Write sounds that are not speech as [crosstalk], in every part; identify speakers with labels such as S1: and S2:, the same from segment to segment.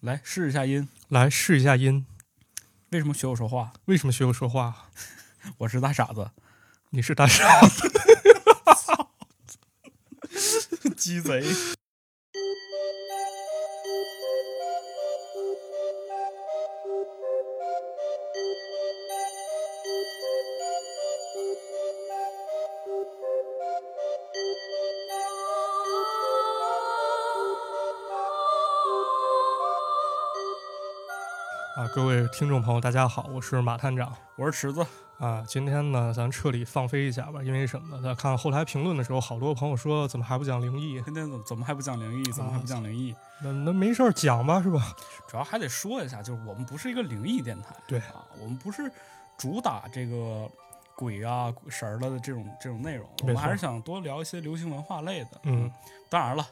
S1: 来试一下音，
S2: 来试一下音。
S1: 为什么学我说话？ [laughs]
S2: 为什么学我说话？
S1: 我是大傻子，
S2: 你是大傻子，
S1: 鸡贼。
S2: 啊！各位听众朋友，大家好，我是马探长
S1: 我是池子，
S2: 啊。今天呢，咱彻底放飞一下吧，因为什么呢？咱看后台评论的时候，好多朋友说怎么还不讲灵异？
S1: 今天怎么怎么还不讲灵异？怎么还不讲灵异？
S2: 那那没事儿讲吧，是吧？
S1: 主要还得说一下，就是我们不是一个灵异电台，
S2: 对
S1: 啊，我们不是主打这个鬼啊鬼神儿了的这种这种内容，我
S2: 没
S1: 们
S2: 错
S1: 还是想多聊一些流行文化类的。
S2: 嗯，
S1: 当然了，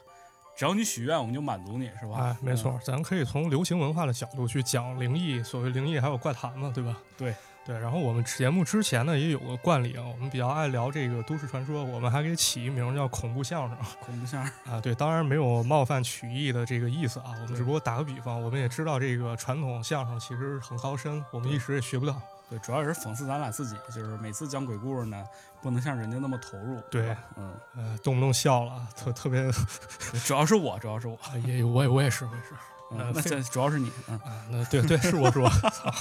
S1: 只要你许愿，我们就满足你，是吧？
S2: 哎，没错，咱可以从流行文化的角度去讲灵异，所谓灵异还有怪谈嘛，对吧？
S1: 对
S2: 对。然后我们节目之前呢也有个惯例啊，我们比较爱聊这个都市传说，我们还给起一名叫恐怖相声。
S1: 嗯，恐怖相声，
S2: 啊，对，当然没有冒犯曲艺的这个意思啊，我们
S1: 对
S2: 只不过打个比方，我们也知道这个传统相声其实很高深，我们一时也学不到。
S1: 对，主要也是讽刺咱俩自己，就是每次讲鬼故事呢，不能像人家那么投入，
S2: 对
S1: 吧嗯，
S2: 呃，动不动笑了啊，特特别， [laughs]
S1: 对主要是我，主要是我，
S2: 啊也我也我也是我也是
S1: 嗯
S2: 呃，
S1: 那
S2: 非
S1: 这主要是你，嗯，
S2: 啊，那对对是我 [laughs] 是我，操，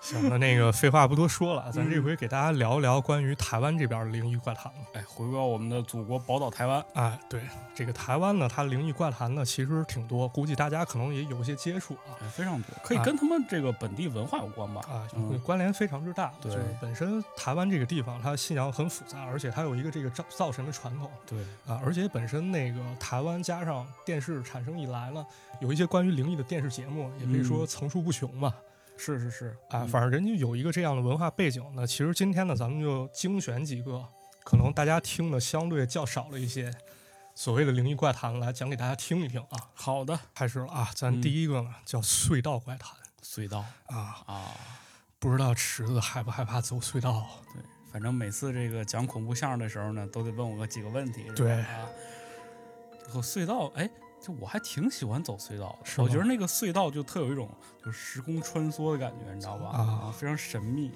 S2: 行，那那个废话不多说了，咱这
S1: 嗯
S2: 回给大家聊一聊关于台湾这边的灵异怪谈了。
S1: 哎，回归到我们的祖国宝岛台湾，
S2: 哎，对，这个台湾呢，它灵异怪谈呢其实挺多，估计大家可能也有一些接触啊。
S1: 哎，非常多，可以
S2: 啊
S1: 跟他们这个本地文化有关吧？
S2: 啊，
S1: 嗯
S2: 会关联非常之大。
S1: 对
S2: 就是本身台湾这个地方，它信仰很复杂，而且它有一个这个造造神的传统
S1: 对，
S2: 啊，而且本身那个台湾加上电视产生以来呢，有一些关于灵异的电视节目，也可以说
S1: 嗯
S2: 层出不穷嘛。
S1: 是是是，
S2: 啊，
S1: 嗯
S2: 反正人家有一个这样的文化背景呢。其实今天呢，咱们就精选几个可能大家听的相对较少了一些所谓的灵异怪谈来讲给大家听一听啊。
S1: 好的，
S2: 开始了啊，咱第一个呢、叫隧道怪谈
S1: 隧道
S2: 啊，
S1: 嗯啊，
S2: 不知道池子害不害怕走隧道？
S1: 反正每次这个讲恐怖相声的时候呢，都得问我个几个问题，是吧
S2: 对
S1: 啊，我隧道，哎，就我还挺喜欢走隧道
S2: 是
S1: 的，我
S2: 吗
S1: 觉得那个隧道就特有一种就是时空穿梭的感觉，你知道吧？
S2: 啊
S1: 非常神秘，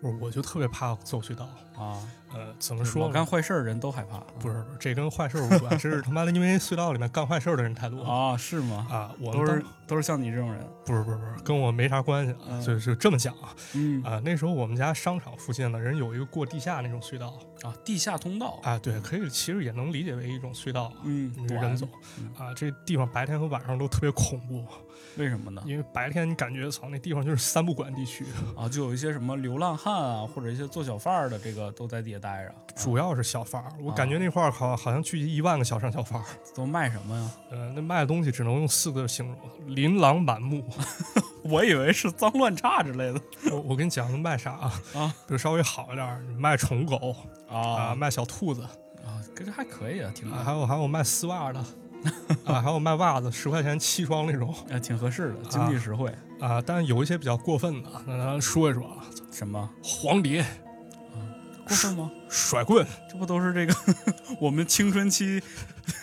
S2: 不是，我就特别怕走隧道。
S1: 嗯啊，
S2: 呃，怎么
S1: 就是
S2: 说
S1: 老
S2: 呢？
S1: 干坏事儿人都害怕，啊
S2: 不是，不是，这跟坏事儿无关，这是他妈的因为隧道里面干坏事儿的人太多了
S1: 啊，是吗？
S2: 啊！我
S1: 都
S2: 们
S1: 是
S2: 当
S1: 都是像你这种人，
S2: 不是不是不是，跟我没啥关系啊，
S1: 嗯
S2: 就就这么讲啊
S1: 嗯
S2: 啊！那时候我们家商场附近呢，人有一个过地下那种隧道
S1: 啊，地下通道，
S2: 啊，对，可以其实也能理解为一种隧道，
S1: 嗯，
S2: 你
S1: 短
S2: 人走
S1: 嗯
S2: 啊，这地方白天和晚上都特别恐怖，
S1: 为什么呢？
S2: 因为白天你感觉操那地方就是三不管地区，
S1: 啊，就有一些什么流浪汉啊，或者一些做小贩儿的，这个都在底下待着。
S2: 主要是小贩儿，我
S1: 哦
S2: 感觉那块儿好好像聚集一万个小商小贩儿。
S1: 都卖什么呀？
S2: 呃，那卖的东西只能用四个字形容：琳琅满目。
S1: 我以为是脏乱差之类的
S2: 我我跟你讲，那卖啥啊？
S1: 啊
S2: 比如稍微好一点儿，卖宠狗啊，
S1: 啊
S2: 卖小兔子
S1: 啊，这还可以啊，挺
S2: 啊，还有还有卖丝
S1: [laughs]
S2: 袜的啊，还有卖袜子，十块钱七双那种
S1: 啊挺合适的，经济实惠。
S2: 啊。但是有一些比较过分的，那咱说一说啊，
S1: 什么
S2: 黄碟、
S1: 过分吗？
S2: 甩棍
S1: [laughs] 这不都是这个 [laughs] 我们青春期 [laughs]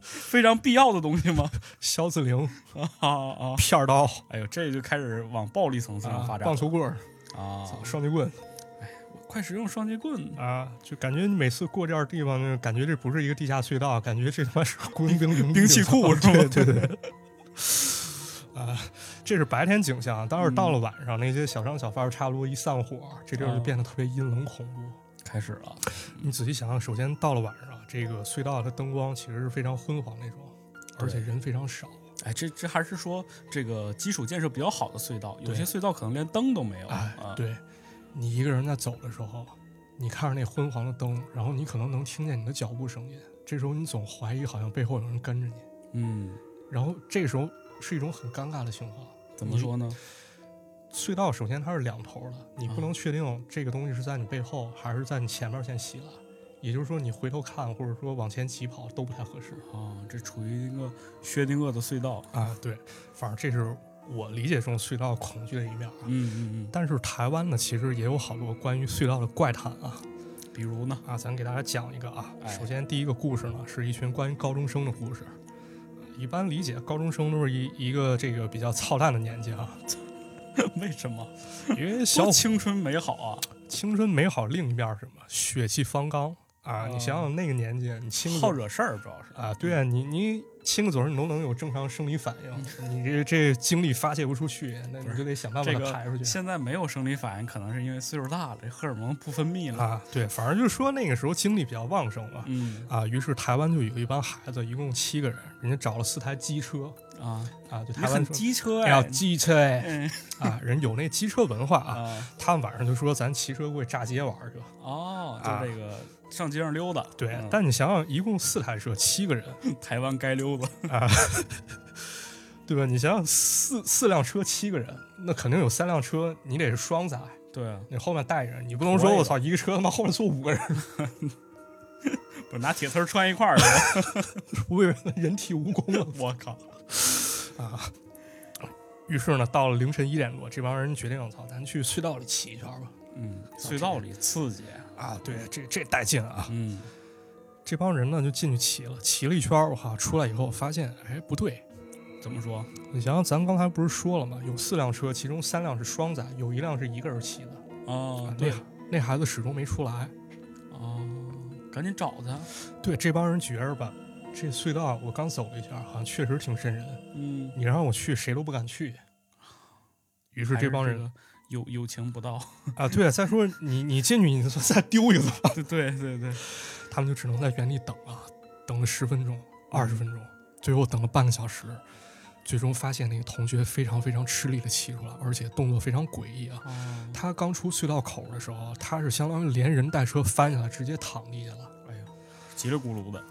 S1: 非常必要的东西吗？
S2: 消字灵、
S1: [laughs] 啊啊！
S2: 片儿刀
S1: 哎呦，这就开始往暴力层次上
S2: 啊
S1: 发、展
S2: 棒球棍儿、
S1: 了啊！
S2: 双截棍
S1: 快使用双截棍！
S2: 啊，就感觉你每次过这样的地方，就感觉这不是一个地下隧道，感觉这他
S1: [laughs]
S2: 妈是雇佣兵营地
S1: 兵器库是吗
S2: 对
S1: [laughs]
S2: 对对。啊，这是白天景象，但是到
S1: 嗯
S2: 了晚上，那些小商小贩儿差不多一散伙，这地儿就
S1: 哦
S2: 变得特别阴冷恐怖。
S1: 开始了，
S2: 你仔细想想，首先到了晚上，这个隧道它灯光其实是非常昏黄那种，而且
S1: 对
S2: 人非常少
S1: 哎，这这还是说这个基础建设比较好的隧道，有
S2: 对
S1: 些隧道可能连灯都没有
S2: 哎
S1: 啊。，
S2: 对你一个人在走的时候，你看着那昏黄的灯，然后你可能能听见你的脚步声音，这时候你总怀疑好像背后有人跟着你。
S1: 嗯，
S2: 然后这个时候是一种很尴尬的情况。
S1: 怎么说呢？
S2: 隧道首先它是两头的，你不
S1: 啊
S2: 能确定这个东西是在你背后还是在你前面先袭来，也就是说你回头看或者说往前疾跑都不太合适
S1: 啊，这处于一个薛定谔的隧道。
S2: 啊。对，反正这是我理解中隧道恐惧的一面啊。
S1: 嗯嗯
S2: 但是台湾呢，其实也有好多关于隧道的怪谈啊
S1: 嗯，比如
S2: [laughs]
S1: 呢？
S2: 啊，咱给大家讲一个啊。
S1: 哎
S2: 首先第一个故事呢，是一群关于高中生的故事，一般理解高中生都是一一个这个比较操蛋的年纪啊，
S1: 为什么？
S2: 因为小
S1: 多青春美好啊！
S2: 青春美好另一面是什么？血气方刚啊！
S1: 哦
S2: 你想想那个年纪，你亲个嘴
S1: 好嗯惹事儿，主要是
S2: 啊，对啊，你你亲个嘴儿，你都能有正常生理反应，你这这精力发泄不出去，那你就得想办法
S1: 嗯这
S2: 把
S1: 个
S2: 它排出去。
S1: 现在没有生理反应，可能是因为岁数大了，这荷尔蒙不分泌了。
S2: 啊，对，反正就说那个时候精力比较旺盛嘛。
S1: 嗯
S2: 啊，于是台湾就有一帮孩子，一共七个人，人家找了四台机车
S1: 啊，
S2: 啊，就
S1: 你
S2: 台湾
S1: 很
S2: 说
S1: 机车
S2: 哎
S1: 哎
S2: 呀，机车哎
S1: 嗯
S2: 啊，人有那机车文化啊，
S1: [laughs] 啊
S2: 他们晚上就说咱骑车过去炸街玩儿去吧。
S1: 哦，
S2: 啊
S1: 就这个上街上溜达。
S2: 对，
S1: 嗯
S2: 但你想想，一共四台车，七个人，
S1: 台湾街溜子，
S2: 对吧？你想想，四四辆车，七个人，那肯定有三辆车，你得是双载，
S1: 对啊，
S2: 你后面带人，你不能
S1: 驮
S2: 说
S1: 一个
S2: 我操一个车他妈后面坐五个人， [laughs]
S1: 不是拿铁丝儿穿一块儿的，
S2: 我以为人体蜈蚣了。
S1: 我靠！
S2: 于是呢，到了凌晨一点多，这帮人决定，我操，咱去隧道里骑一圈吧。
S1: 嗯，隧道里刺激，
S2: 啊，对，这这带劲啊！
S1: 嗯，
S2: 这帮人呢就进去骑了，骑了一圈，我靠，出来以后发现，哎，不对，
S1: 怎么说？
S2: 你想想，咱刚才不是说了吗？有四辆车，其中三辆是双载，有一辆是一个人骑的。
S1: 哦
S2: 啊，
S1: 对，
S2: 那孩子始终没出来。
S1: 哦，赶紧找他，
S2: 对，这帮人觉着吧，这隧道我刚走了一下，好像确实挺瘆人。
S1: 嗯，
S2: 你让我去，谁都不敢去。于是这帮人
S1: 还是这个有友情不 [laughs] 到，
S2: 啊，对啊，再说你你进去，你说再丢一个，
S1: 对对对对，
S2: 他们就只能在原地等啊，等了十分钟、二十分钟，最后等了半个小时，最终发现那个同学非常非常吃力的骑出来，而且动作非常诡异啊。
S1: 哦，
S2: 他刚出隧道口的时候，他是相当于连人带车翻下来，直接躺地下了。
S1: 叽里咕噜的，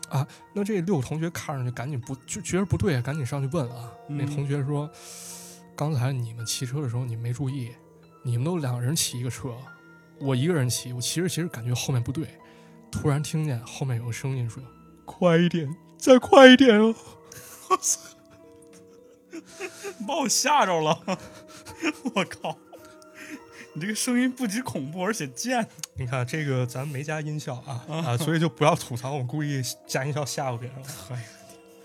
S2: 那这六个同学看上去赶紧不就觉得不对啊，赶紧上去问啊。
S1: 嗯
S2: 那同学说：“刚才你们骑车的时候，你没注意，你们都两个人骑一个车，我一个人骑，我骑着骑着感觉后面不对，突然听见后面有个声音说：‘快一点，再快一点哦
S1: 把我吓着了， [laughs] 我靠！你这个声音不仅恐怖，而且贱。！’
S2: 你看这个咱没加音效啊啊，所以就不要吐槽，我故意加音效吓唬别人了。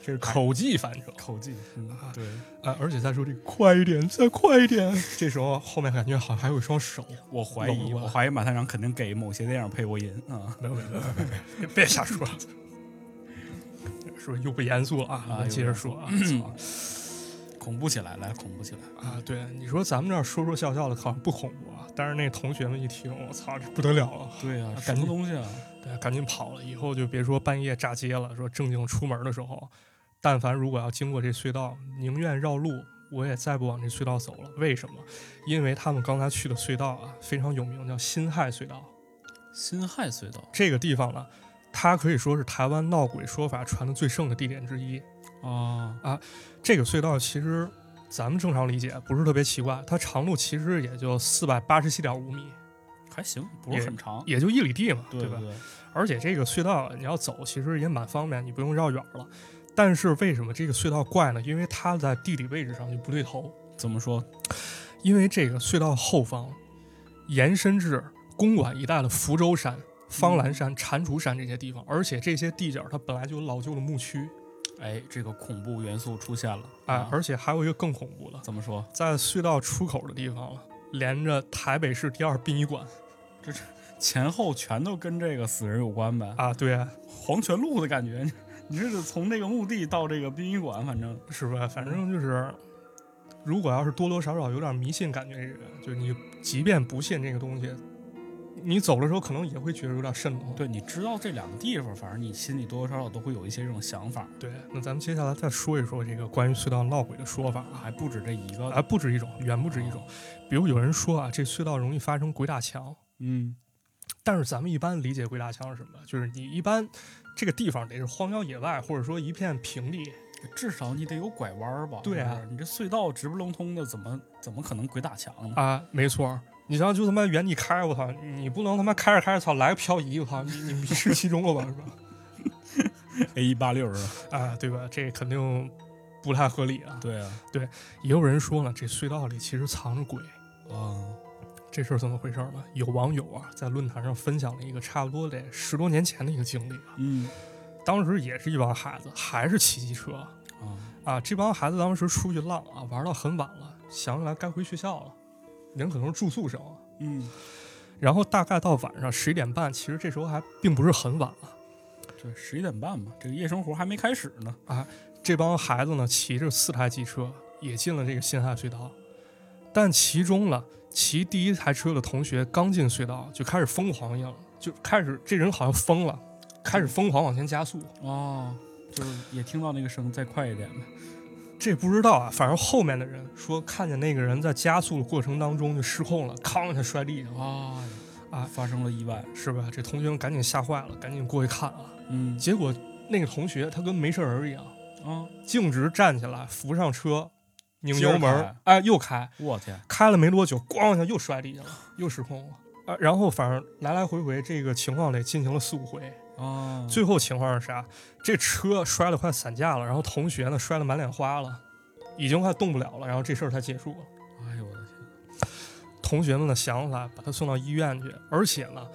S2: 这是哎口技，反正
S1: 口技，嗯，对，
S2: 啊，而且再说这个快一点，再快一点， [laughs] 这时候后面感觉好像还有一双手。
S1: 我怀疑，
S2: 搂过来
S1: 我怀疑马探长肯定给某些电影配过音啊
S2: 没有没有没有没有没有，别瞎说，是不是又不严肃了啊？
S1: 啊
S2: 咱接着说啊，
S1: 恐怖起来，来恐怖起来，
S2: 操啊，对，你说咱们这儿说说笑笑的，好像不恐怖啊，但是那同学们一听，我操，这不得了了，
S1: 对啊，什
S2: 赶紧
S1: 么东西啊？
S2: 对，赶紧跑了，以后就别说半夜炸街了，说正经出门的时候，但凡如果要经过这隧道，宁愿绕路。我也再不往这隧道走了，为什么？因为他们刚才去的隧道啊，非常有名，叫辛亥隧道。
S1: 辛亥隧道
S2: 这个地方呢，它可以说是台湾闹鬼说法传的最盛的地点之一。
S1: 啊，
S2: 这个隧道其实咱们正常理解不是特别奇怪，它长度其实也就四百八十七点五米，
S1: 还行，不是很长，
S2: 也就一里地嘛，
S1: 对
S2: 吧？
S1: 对，
S2: 而且这个隧道你要走其实也蛮方便，你不用绕远了。但是为什么这个隧道怪呢？因为它在地理位置上就不对头，
S1: 怎么说？
S2: 因为这个隧道后方延伸至公馆一带的福州山、方兰山、蟾蜍山这些地方，而且这些地角它本来就有老旧的墓区
S1: 哎，这个恐怖元素出现了
S2: 啊，而且还有一个更恐怖的，
S1: 怎么说？
S2: 在隧道出口的地方了，连着台北市第二殡仪馆
S1: 前后全都跟这个死人有关呗，
S2: 啊，对啊，
S1: 黄泉路的感觉。你这是从这个墓地到这个殡仪馆，反正
S2: 是吧？反正就是，如果要是多多少少有点迷信感觉的人，就你即便不信这个东西，你走的时候可能也会觉得有点瘆得慌。
S1: 对，你知道这两个地方，反正你心里多多少少都会有一些这种想法，
S2: 对，那咱们接下来再说一说这个关于隧道闹鬼的说法啊，
S1: 还不止这一个。
S2: 还不止一种，远不止一种。比如有人说啊，这隧道容易发生鬼打墙，
S1: 嗯，
S2: 但是咱们一般理解鬼打墙是什么？就是你一般这个地方得是荒郊野外，或者说一片平地，
S1: 至少你得有拐弯儿吧？
S2: 对
S1: 是
S2: 啊
S1: 不是你这隧道直不隆通的，怎么怎么可能鬼打墙呢？
S2: 啊，没错儿。你想想，就他妈原地开，我操，你不能他妈开着开着，操，来个漂移，我操，你你迷失其中了吧，是吧？ [laughs]
S1: A 一八六是吧？
S2: 啊，对吧？这肯定不太合理啊。
S1: [laughs] 对啊，
S2: 也有人说了，这隧道里其实藏着鬼，
S1: 啊，
S2: 这事儿怎么回事儿呢？有网友啊在论坛上分享了一个差不多得十多年前的一个经历啊，
S1: 嗯，
S2: 当时也是一帮孩子，还是骑机车，
S1: 啊，
S2: 啊，这帮孩子当时出去浪啊，玩到很晚了，想起来该回学校了，人可能是住宿生啊。
S1: 嗯，
S2: 然后大概到晚上十一点半，其实这时候还并不是很晚啊了。
S1: 这十一点半嘛，这个夜生活还没开始呢。
S2: 这帮孩子呢，骑着四台机车也进了这个辛亥隧道，但其中呢，骑第一台车的同学刚进隧道就开始疯狂一样，就开始这人好像疯了，开始疯狂往前加速。
S1: 哦，就是也听到那个声，再快一点呗。
S2: 这不知道啊，反正后面的人说看见那个人在加速的过程当中就失控了，哐一下摔地上了，
S1: 啊
S2: 啊
S1: 发生了意外。
S2: 是吧？这同学们赶紧吓坏了，赶紧过去看啊。
S1: 嗯
S2: 结果那个同学他跟没事人一样，
S1: 啊，
S2: 径直站起来，扶上车，拧
S1: 接着
S2: 油门
S1: 开，
S2: 哎，又开，
S1: 我天，
S2: 开了没多久，咣一下又摔地下了，又失控了。啊，然后反正来来回回这个情况得进行了四五回，
S1: 啊，
S2: 最后情况是啥？这车摔得快散架了，然后同学呢摔得满脸花了，已经快动不了了，然后这事儿才结束了。
S1: 哎呦我的天，
S2: 同学们呢想起来把他送到医院去，而且呢，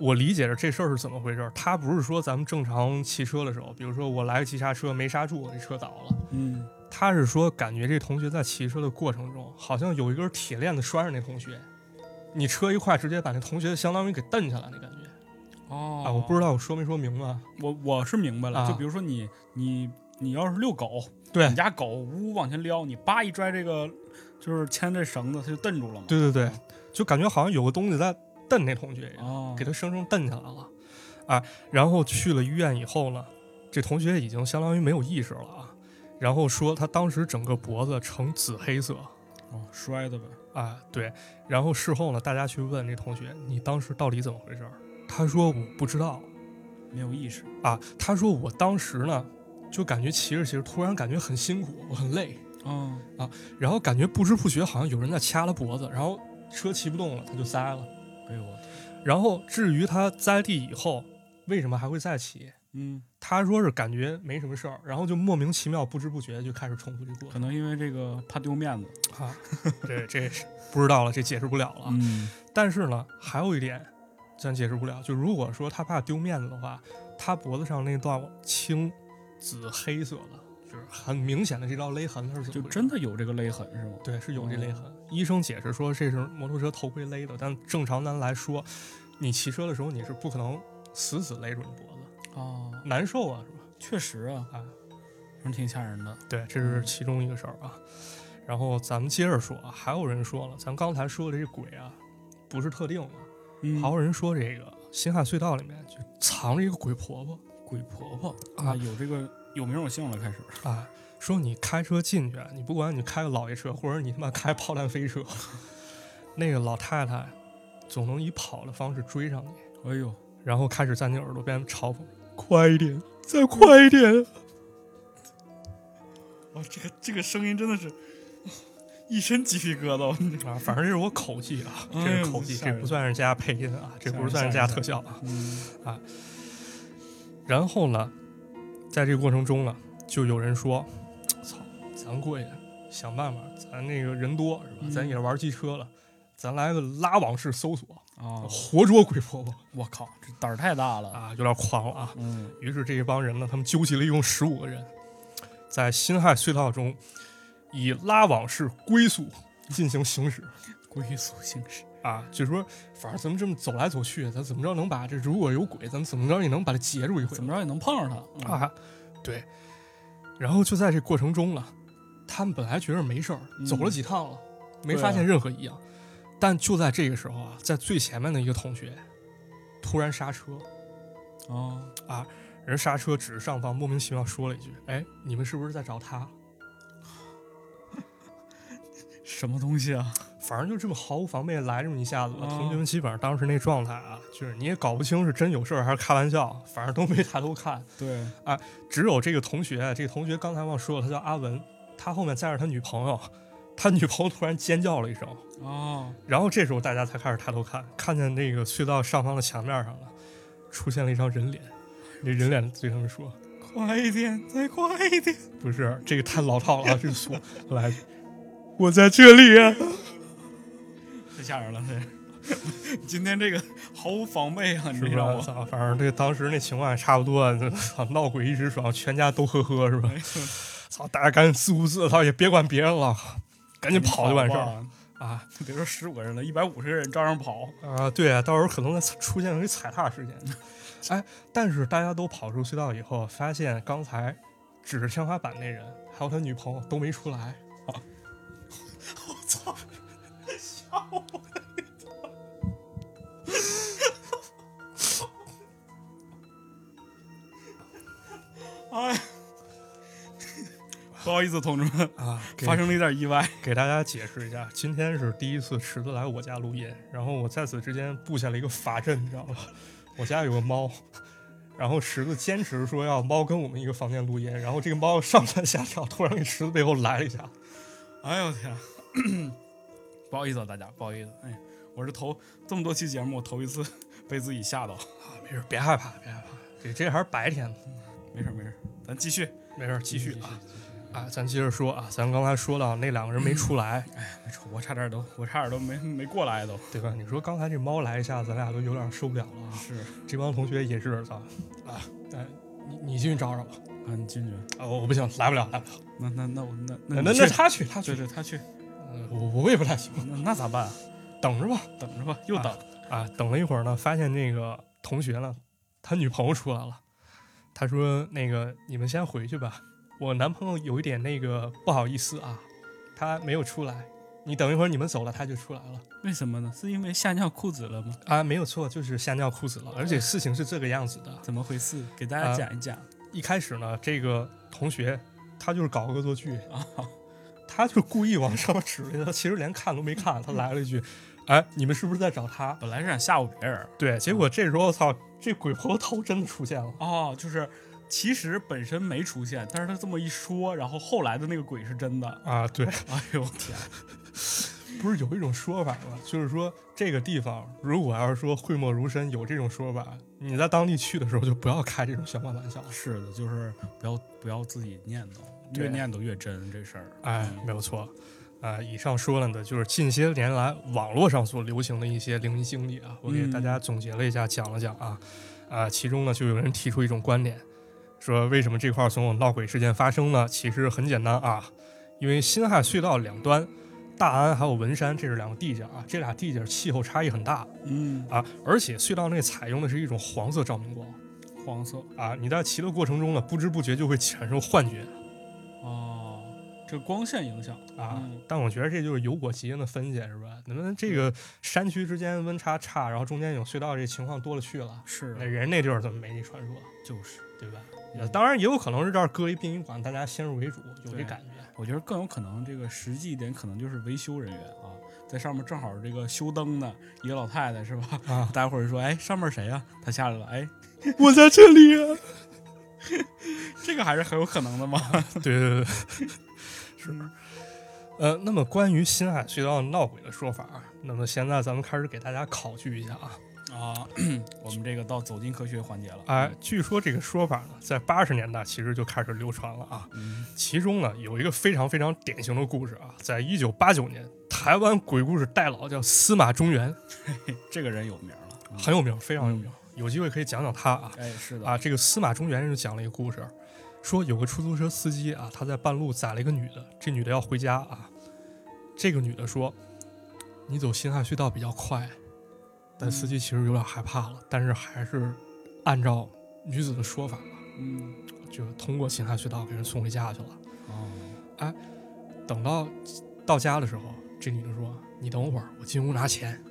S2: 我理解着这事儿是怎么回事儿，他不是说咱们正常骑车的时候，比如说我来个急刹车没刹住，我这车倒了，
S1: 嗯，
S2: 他是说感觉这同学在骑车的过程中，好像有一根铁链子拴着那同学，你车一快，直接把那同学相当于给蹬下来那感觉
S1: 哦
S2: 啊！我不知道我说没说明白，
S1: 我我是明白了，
S2: 啊
S1: 就比如说你你你要是遛狗，
S2: 对
S1: 你家狗呜呜往前撩，你叭一拽这个，就是牵这绳子，它就蹬住了嘛。
S2: 对对对，就感觉好像有个东西在蹬那同学一样，
S1: 哦，
S2: 给他生生蹬下来了啊！然后去了医院以后呢，这同学已经相当于没有意识了啊，然后说他当时整个脖子呈紫黑色。
S1: 哦摔的呗。
S2: 啊，对。然后事后呢，大家去问这同学，你当时到底怎么回事儿？他说我不知道
S1: 没有意识
S2: 啊。他说我当时呢，就感觉骑着骑着，突然感觉很辛苦，我很累，
S1: 啊
S2: 然后感觉不知不觉好像有人在掐他脖子，然后车骑不动了，他就栽了。
S1: 哎呦我天，
S2: 然后至于他栽地以后为什么还会再骑，
S1: 嗯，
S2: 他说是感觉没什么事儿，然后就莫名其妙不知不觉就开始重复这个过
S1: 可
S2: 程
S1: 能因为这个怕丢面子
S2: 啊。这这是不知道了，这解释不了啊了。
S1: 嗯
S2: 但是呢，还有一点咱解释不了，就如果说他怕丢面子的话，他脖子上那道青、紫、黑色的，就是很明显的这道勒痕，它是怎
S1: 就
S2: 么回事
S1: 真的哦有这个勒痕是吗？
S2: 对，是有这勒痕。医生解释说这是摩托车头盔勒的，但正常咱来说，你骑车的时候你是不可能死死勒住你脖子，
S1: 哦，
S2: 难受啊，是吧？
S1: 确实啊，
S2: 啊，
S1: 反正挺吓人的。
S2: 对，这
S1: 嗯
S2: 是其中一个事儿啊。然后咱们接着说啊，还有人说了，咱刚才说的这鬼啊，不是特定的，
S1: 嗯
S2: 还有人说这个辛亥隧道里面就藏着一个鬼婆 [laughs] 婆
S1: 鬼婆婆
S2: 啊
S1: 啊，有这个有名有姓了，开始。
S2: 啊，说你开车进去，啊你不管你开个老爷车，或者你他妈开炮弹飞车， [laughs] 那个老太太总能以跑的方式追上你，
S1: 哎呦，
S2: 然后开始在你耳朵边嘲讽：“快一点，再快一点
S1: 哇，哦这个这个声音真的是 [laughs] 一身鸡皮疙瘩。
S2: 啊！”反正这是我口技啊，
S1: 哎呦
S2: 这是口技，
S1: 吓人
S2: 这不算是加配音啊，这不是算是加特效啊。
S1: 嗯
S2: 然后呢，在这个过程中呢，就有人说：“操，咱过去想办法，咱那个人多是吧？
S1: 嗯
S2: 咱也玩机车了，咱来个拉网式搜索，
S1: 啊，
S2: 活捉鬼婆婆
S1: 我靠，这胆儿太大了。
S2: 啊，有点狂了啊！”
S1: 嗯，
S2: 于是这一帮人呢，他们纠集了一共十五个人，在辛亥隧道中以拉网式龟速进行行驶。
S1: 归宿行驶。
S2: 啊，就说，反正咱们这么走来走去，咱怎么着能把这如果有鬼，咱们怎么着也能把它截住一回
S1: 怎。么着也能碰上他嗯
S2: 啊，对。然后就在这过程中了，他们本来觉得没事儿，
S1: 嗯
S2: 走了几趟了，没
S1: 对啊
S2: 发现任何异样。但就在这个时候啊，在最前面的一个同学突然刹车，
S1: 啊！
S2: 人刹车指着上方，莫名其妙说了一句：“哎，你们是不是在找他
S1: 什么东西啊？？”
S2: 反正就这么毫无防备地来这么一下子吧，
S1: 哦
S2: 同学们基本上当时那状态啊，就是你也搞不清是真有事儿还是开玩笑，反正都没抬头看。
S1: 对，
S2: 只有这个同学，这个同学刚才忘说了，他叫阿文，他后面载着他女朋友，他女朋友突然尖叫了一声，
S1: 啊，
S2: 然后这时候大家才开始抬头看，看见那个隧道上方的墙面上了，出现了一张人脸，那人脸对他们说
S1: 快一点，再快一点！：“
S2: 不是，这个太老套了啊，这个俗来，我在这里啊。”
S1: 太吓人了，这今天这 [laughs] 个毫无防备啊！你
S2: 是
S1: 这
S2: 不
S1: 让
S2: 是？
S1: 我，
S2: 操，反正这当时那情况也差不多，这操闹鬼一时爽，全家都呵呵，是吧？操，大家赶紧四顾四，操也别管别人了， [laughs] 赶紧跑就完事儿
S1: 吧。
S2: 啊
S1: 别说十五个人了，一百五十个人照样跑。
S2: 啊！对啊，到时候可能会出现一踩踏事件。哎，但是大家都跑出隧道以后，发现刚才指着天花板那人还有他女朋友都没出来。
S1: 我操！吓我！哎，不好意思，同志们，
S2: 啊，给
S1: 发生了一点意外。
S2: 给大家解释一下，今天是第一次池子来我家录音，然后我在此之间布下了一个法阵，你知道吗？ [laughs] 我家有个猫，然后池子坚持说要猫跟我们一个房间录音，然后这个猫上蹿下跳，突然给池子背后来了一下，
S1: 哎呦我天啊！ [coughs] 不好意思啊，大家，不好意思。哎，我是头这么多期节目，我头一次 [laughs] 被自己吓到。
S2: 啊没事，别害怕，别害怕，这这还是白天呢，
S1: 没事儿没事儿，咱继续
S2: 没事，继续
S1: 嗯继续
S2: 啊啊，咱接着说啊，咱刚才说到那两个人没出来，
S1: 没事儿我差点都，我差点都没没过来都。
S2: 对吧？你说刚才这猫来一下，咱俩都有点受不了了啊，
S1: 是
S2: 这帮同学也是啊啊，哎，你你进去找找吧，
S1: 啊，你进去。
S2: 啊，我我不行，来不了，来不了。
S1: 那那那我那
S2: 那
S1: 那
S2: 那
S1: 你
S2: 那
S1: 去
S2: 他去，他去
S1: 对，对，他去，
S2: 呃我我也不太行，
S1: 那那咋办啊？
S2: 等着吧。
S1: 等着吧，又等。
S2: 啊，等了一会儿呢，发现那个同学呢，他女朋友出来了，他说：“那个你们先回去吧，我男朋友有一点那个不好意思啊，他没有出来。你等一会儿你们走了，他就出来了
S1: 为什么呢？是因为吓尿裤子了吗？
S2: 啊，没有错，就是吓尿裤子了。而且事情是这个样子的，
S1: 怎么回事？给大家
S2: 啊
S1: 讲一讲。
S2: 一开始呢，这个同学他就是搞恶作剧啊，他就故意往上面指了一下，他 [laughs] 其实连看都没看，他来了一句：‘哎，你们是不是在找他？’啊
S1: 本来是想吓唬别人，
S2: 对，结果这时候操，这鬼婆头真的出现了。
S1: 哦，就是其实本身没出现，但是他这么一说，然后后来的那个鬼是真的。
S2: 啊，对， [laughs]
S1: 哎呦我天！
S2: 不是有一种说法吗？就是说这个地方，如果要是说讳莫如深，有这种说法，你在当地去的时候就不要开这种玄幻玩笑。
S1: 是的，就是不要不要自己念叨，
S2: 对
S1: 越念叨越真这事儿。
S2: 哎，没有错。啊、以上说了呢，就是近些年来网络上所流行的一些灵异经历啊，我给
S1: 嗯
S2: 大家总结了一下，讲了讲啊，啊、其中呢就有人提出一种观点，说为什么这块儿总有闹鬼事件发生呢？其实很简单啊，因为辛亥隧道两端，大安还有文山这是两个地界啊，这俩地界气候差异很大
S1: 嗯，
S2: 啊，而且隧道内采用的是一种黄色照明光
S1: 黄色
S2: 啊，你在骑的过程中呢，不知不觉就会产生幻觉
S1: 哦，这光线影响
S2: 啊。
S1: 嗯
S2: 但我觉得这就是有果基因的分析，是吧？咱们这个山区之间温差差，然后中间有隧道，这情况多了去了。
S1: 是
S2: 那人那地儿怎么没这传说，
S1: 就是。
S2: 对吧？
S1: 嗯
S2: 也当然也有可能是这儿搁一殡仪馆，大家先入为主，有这
S1: 对
S2: 感觉。
S1: 我觉得更有可能，这个实际一点可能就是维修人员啊，在上面正好这个修灯呢，一个老太太是吧？ [laughs]
S2: 啊，
S1: 待会儿说，哎，上面谁呀、她下来了，哎，
S2: 我在这里、
S1: 这个还是很有可能的嘛。
S2: [laughs] 对对对，是。呃，那么关于新海隧道闹鬼的说法，啊那么现在咱们开始给大家考据一下啊。
S1: 啊， [clears throat] 我们这个到走进科学环节了。
S2: 哎，据说这个说法呢，在八十年代其实就开始流传了啊。
S1: 嗯，
S2: 其中呢有一个非常非常典型的故事啊，在一九八九年，台湾鬼故事大佬叫司马中原，
S1: 这个人有名了，嗯
S2: 很有名，非常有名，有机会可以讲讲他啊。
S1: 哎，是的，
S2: 啊，这个司马中原就讲了一个故事，说有个出租车司机啊，他在半路载了一个女的，这女的要回家啊，这个女的说：“你走辛亥隧道比较快。”但司机其实有点害怕了，但是还是按照女子的说法，
S1: 嗯，
S2: 就通过辛亥隧道给人送回家去了。
S1: 哦，
S2: 等到到家的时候，这女的说：“你等会儿，我进屋拿钱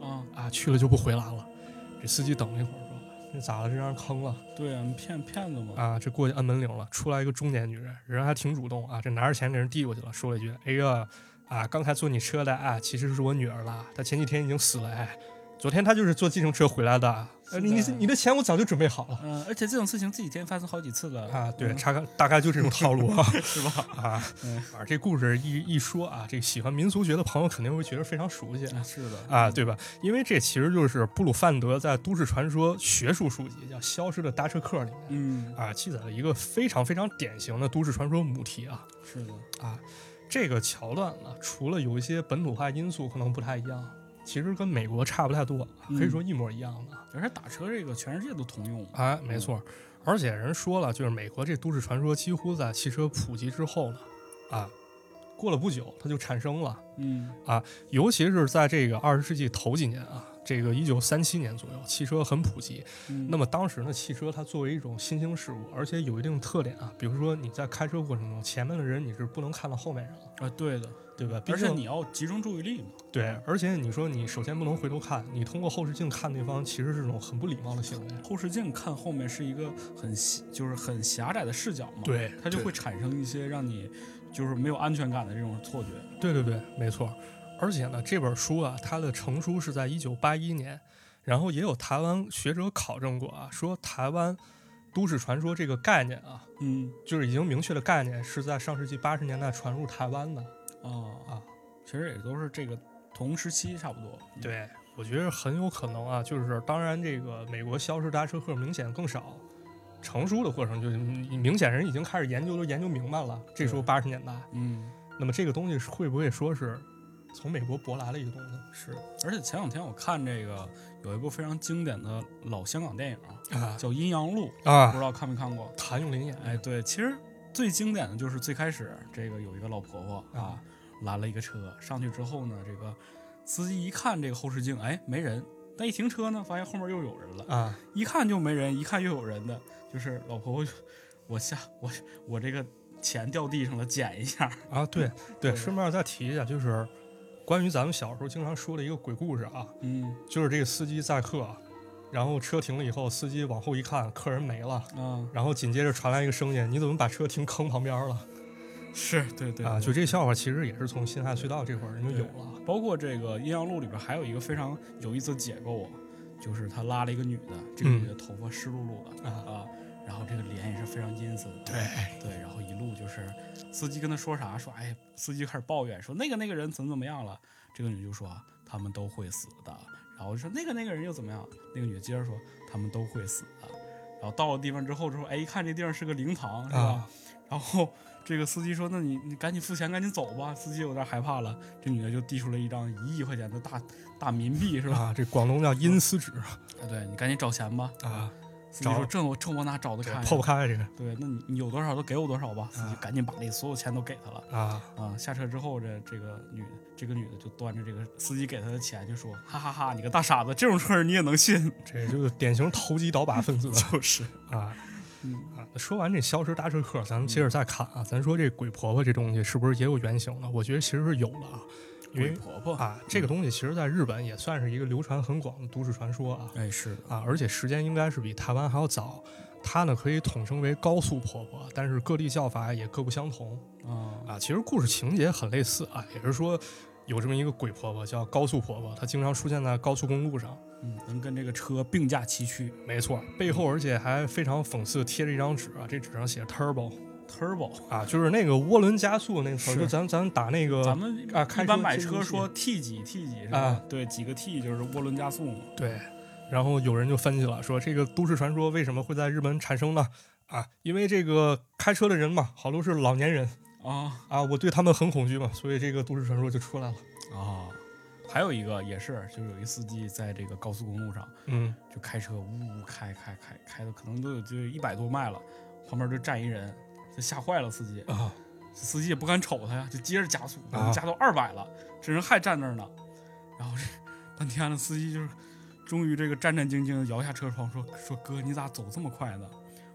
S1: 啊，
S2: 啊，去了就不回来了。”这司机等了一会儿说：“那咋了？这让人坑了
S1: 对啊，你骗骗子嘛。
S2: 啊！”这过去按门铃了，出来一个中年女人，人还挺主动啊，这拿着钱给人递过去了，说了一句：“哎呀，啊，刚才坐你车的啊，其实是我女儿啦，她前几天已经死了，哎，昨天她就是坐计程车回来的，呃、你你
S1: 是的
S2: 你的钱我早就准备好了。”
S1: 嗯，而且这种事情这几天发生好几次了
S2: 啊，对，
S1: 嗯
S2: 差个大概就这种套路啊，
S1: 是吧？
S2: 啊，
S1: 嗯
S2: 啊，这故事一一说啊，这喜欢民俗学的朋友肯定会觉得非常熟悉，
S1: [laughs] 啊是的，
S2: 啊，对吧？因为这其实就是布鲁范德在《都市传说》学术书籍叫《消失的搭车客》里面
S1: 嗯，
S2: 啊，记载了一个非常非常典型的都市传说母题啊
S1: 是的，
S2: 啊，这个桥段呢，除了有一些本土化因素可能不太一样，其实跟美国差不太多，可以说一模一样的、
S1: 而且打车这个全世界都通用嘛。
S2: 啊，没错。而且人说了，就是美国这都市传说几乎在汽车普及之后呢，啊，过了不久它就产生了。
S1: 嗯
S2: 尤其是在这个二十世纪头几年啊，这个一九三七年左右，汽车很普及。
S1: 嗯，
S2: 那么当时呢，汽车它作为一种新兴事物，而且有一定特点啊，比如说你在开车过程中，前面的人你是不能看到后面人了，
S1: 啊，对的，
S2: 对呃吧？毕
S1: 而且
S2: 竟
S1: 你要集中注意力嘛。
S2: 对，而且你说你首先不能回头看，你通过后视镜看对方，其实是种很不礼貌的行为。
S1: 后视镜看后面是一个很狭，就是很狭窄的视角嘛，，
S2: 对，
S1: 它就
S2: 对
S1: 会产生一些让你就是没有安全感的这种错觉。
S2: 对对对，没错。而且呢，这本书啊，它的成书是在一九八一年，然后也有台湾学者考证过啊，说台湾都市传说这个概念啊，
S1: 嗯，
S2: 就是已经明确的概念是在上世纪八十年代传入台湾的。
S1: 哦
S2: 啊，
S1: 其实也都是这个同时期差不多。嗯，
S2: 对，我觉得很有可能啊，就是当然这个美国消失搭车客明显更少。成书的过程就是明显人已经开始研究都研究明白了，这时候
S1: 对
S2: 八十年代，
S1: 嗯，
S2: 那么这个东西是会不会说是从美国舶来的一个东西
S1: 是。而且前两天我看这个有一部非常经典的老香港电影啊，
S2: 啊
S1: 叫《阴阳路》，不
S2: 啊？
S1: 知道看没看过？
S2: 谭咏麟演的
S1: 哎，对，其实最经典的就是最开始这个有一个老婆婆啊
S2: 啊，
S1: 拦了一个车，上去之后呢，这个司机一看这个后视镜，哎，没人。但一停车呢，发现后面又有人了，
S2: 啊，
S1: 一看就没人，一看又有人的，就是老婆婆就，我下我我这个钱掉地上了，捡一下。
S2: 啊，对对，
S1: 对
S2: 顺便再提一下，就是关于咱们小时候经常说的一个鬼故事啊，
S1: 嗯
S2: 就是这个司机载客，啊然后车停了以后，司机往后一看，客人没了，
S1: 啊，
S2: 然后紧接着传来一个声音：“你怎么把车停坑旁边了
S1: 是对对？”
S2: 啊，
S1: 对
S2: 就这笑话其实也是从辛亥隧道这会儿人就有了
S1: 包括这个《阴阳路》里边还有一个非常有意思的解构啊，就是他拉了一个女的，这个
S2: 嗯
S1: 女的头发湿漉漉的、
S2: 啊
S1: 啊，然后这个脸也是非常阴森的，
S2: 对
S1: 对，然后一路就是司机跟他说啥，说哎，司机开始抱怨说那个那个人怎么怎么样了，这个女就说他们都会死的，然后就说那个那个人又怎么样，那个女接着说他们都会死的，然后到了地方之后之后，哎，一看这地方是个灵堂是吧？
S2: 啊
S1: 然后这个司机说：“那你你赶紧付钱，赶紧走吧。”司机有点害怕了，这女的就递出了一张一亿块钱的大大民币，是吧？
S2: 啊，这广东叫阴司纸
S1: 啊，对你赶紧找钱吧。
S2: 啊，
S1: 司机说：“
S2: 找
S1: 这我这我哪找得
S2: 对
S1: 哎开呀
S2: 破不开这个
S1: 对，那你你有多少都给我多少吧。司机
S2: 啊
S1: 赶紧把那所有钱都给他了。
S2: 啊
S1: 啊，下车之后，这这个女这个女的就端着这个司机给她的钱，就说：“哈哈哈，你个大傻子，这种事儿你也能信
S2: 这就是典型投机倒把分
S1: [laughs]
S2: 子？”
S1: 就是，
S2: 啊。
S1: 嗯
S2: 啊，说完这消失搭车客，咱们接着再看啊。咱说这鬼婆婆这东西是不是也有原型呢？我觉得其实是有的啊，因
S1: 鬼
S2: 为
S1: 婆婆，
S2: 啊，这个东西其实在日本也算是一个流传很广的都市传说啊
S1: 哎，是的，
S2: 啊，而且时间应该是比台湾还要早。它呢可以统称为高速婆婆，但是各地叫法也各不相同
S1: 啊，
S2: 啊。其实故事情节很类似啊，也是说有这么一个鬼婆婆叫高速婆婆，她经常出现在高速公路上。
S1: 嗯，能跟这个车并驾齐驱
S2: 没错，背后而且还非常讽刺，贴着一张纸啊，这纸上写 “turbo”。
S1: ，Turbo。
S2: 啊，就是那个涡轮加速那词儿，
S1: 是
S2: 就咱咱打那个
S1: 咱们
S2: 啊开
S1: 一般
S2: 车
S1: 买
S2: 进
S1: 车
S2: 入
S1: 说 T 几 T 几是吧？
S2: 啊
S1: 对，几个 T 就是涡轮加速嘛。
S2: 对，然后有人就分析了，说这个都市传说为什么会在日本产生呢？啊，因为这个开车的人嘛，好多是老年人
S1: 啊
S2: 啊，我对他们很恐惧嘛，所以这个都市传说就出来了。
S1: 啊，还有一个也是，就是有一司机在这个高速公路上
S2: 嗯，
S1: 就开车呜呜开开开开的，可能都有就一百多迈了，旁边就站一人，就吓坏了司机，
S2: 啊，
S1: 司机也不敢瞅他呀，就接着加速，
S2: 啊
S1: 加到二百了，这人还站那儿呢，然后这半天了，司机就是终于这个战战兢兢的摇下车窗说说哥你咋走这么快呢？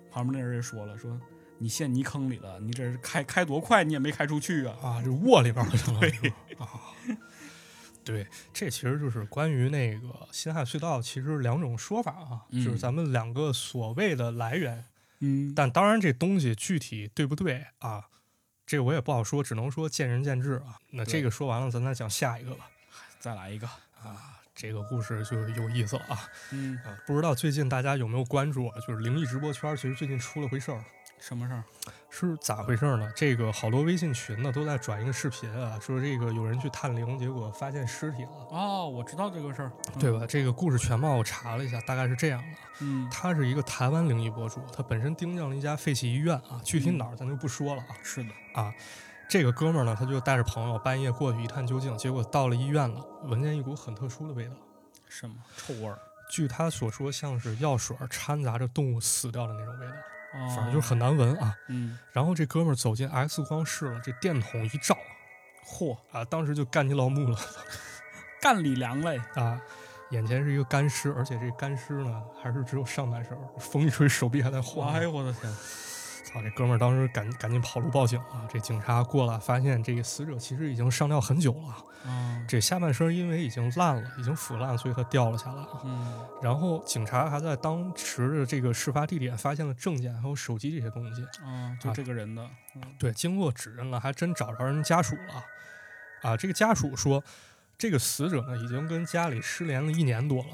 S1: 旁边那人也说了说你陷泥坑里了，你这是开开多快你也没开出去啊，
S2: 啊，这窝里边儿去了。是吧啊，对，这其实就是关于那个辛亥隧道，其实两种说法啊，
S1: 嗯
S2: 就是咱们两个所谓的来源。
S1: 嗯，
S2: 但当然，这东西具体对不对啊，这我也不好说，只能说见仁见智啊。那
S1: 对
S2: 这个说完了，咱再讲下一个吧。
S1: 再来一个，
S2: 啊，这个故事就有意思了啊！
S1: 嗯，
S2: 啊，不知道最近大家有没有关注啊？就是灵异直播圈，其实最近出了回事儿，
S1: 什么事儿？
S2: 是咋回事儿呢？这个好多微信群呢都在转一个视频啊，说这个有人去探灵，结果发现尸体了，
S1: 哦，我知道这个事儿，嗯
S2: 对？吧？这个故事全貌我查了一下，大概是这样的：
S1: 嗯，
S2: 他是一个台湾灵异博主，他本身盯上了一家废弃医院啊，具体哪儿咱就不说了啊。
S1: 是的，
S2: 这个哥们儿呢，他就带着朋友半夜过去一探究竟，结果到了医院了，闻见一股很特殊的味道。
S1: 什么臭味儿？
S2: 据他所说，像是药水儿掺杂着动物死掉的那种味道，
S1: 哦
S2: 反正就是很难闻啊。
S1: 嗯，
S2: 然后这哥们儿走进 X 光室了，这电筒一照
S1: 嚯，
S2: 啊，当时就干起老木了
S1: 干李良嘞，
S2: 啊。眼前是一个干尸，而且这干尸呢还是只有上半身儿，风一吹手臂还在晃。
S1: 哎呦我的天，
S2: 操！这哥们儿当时赶赶紧跑路报警了。这警察过来发现，这个死者其实已经上吊很久了。
S1: 啊，
S2: 这下半身因为已经烂了，已经腐烂，所以他掉了下来啊。
S1: 嗯，
S2: 然后警察还在当时的这个事发地点发现了证件，还有手机这些东西。
S1: 啊，就
S2: 啊
S1: 这个人的，嗯
S2: 对，经过指认了，还真找着人家属了。啊，这个家属说，这个死者呢已经跟家里失联了一年多了。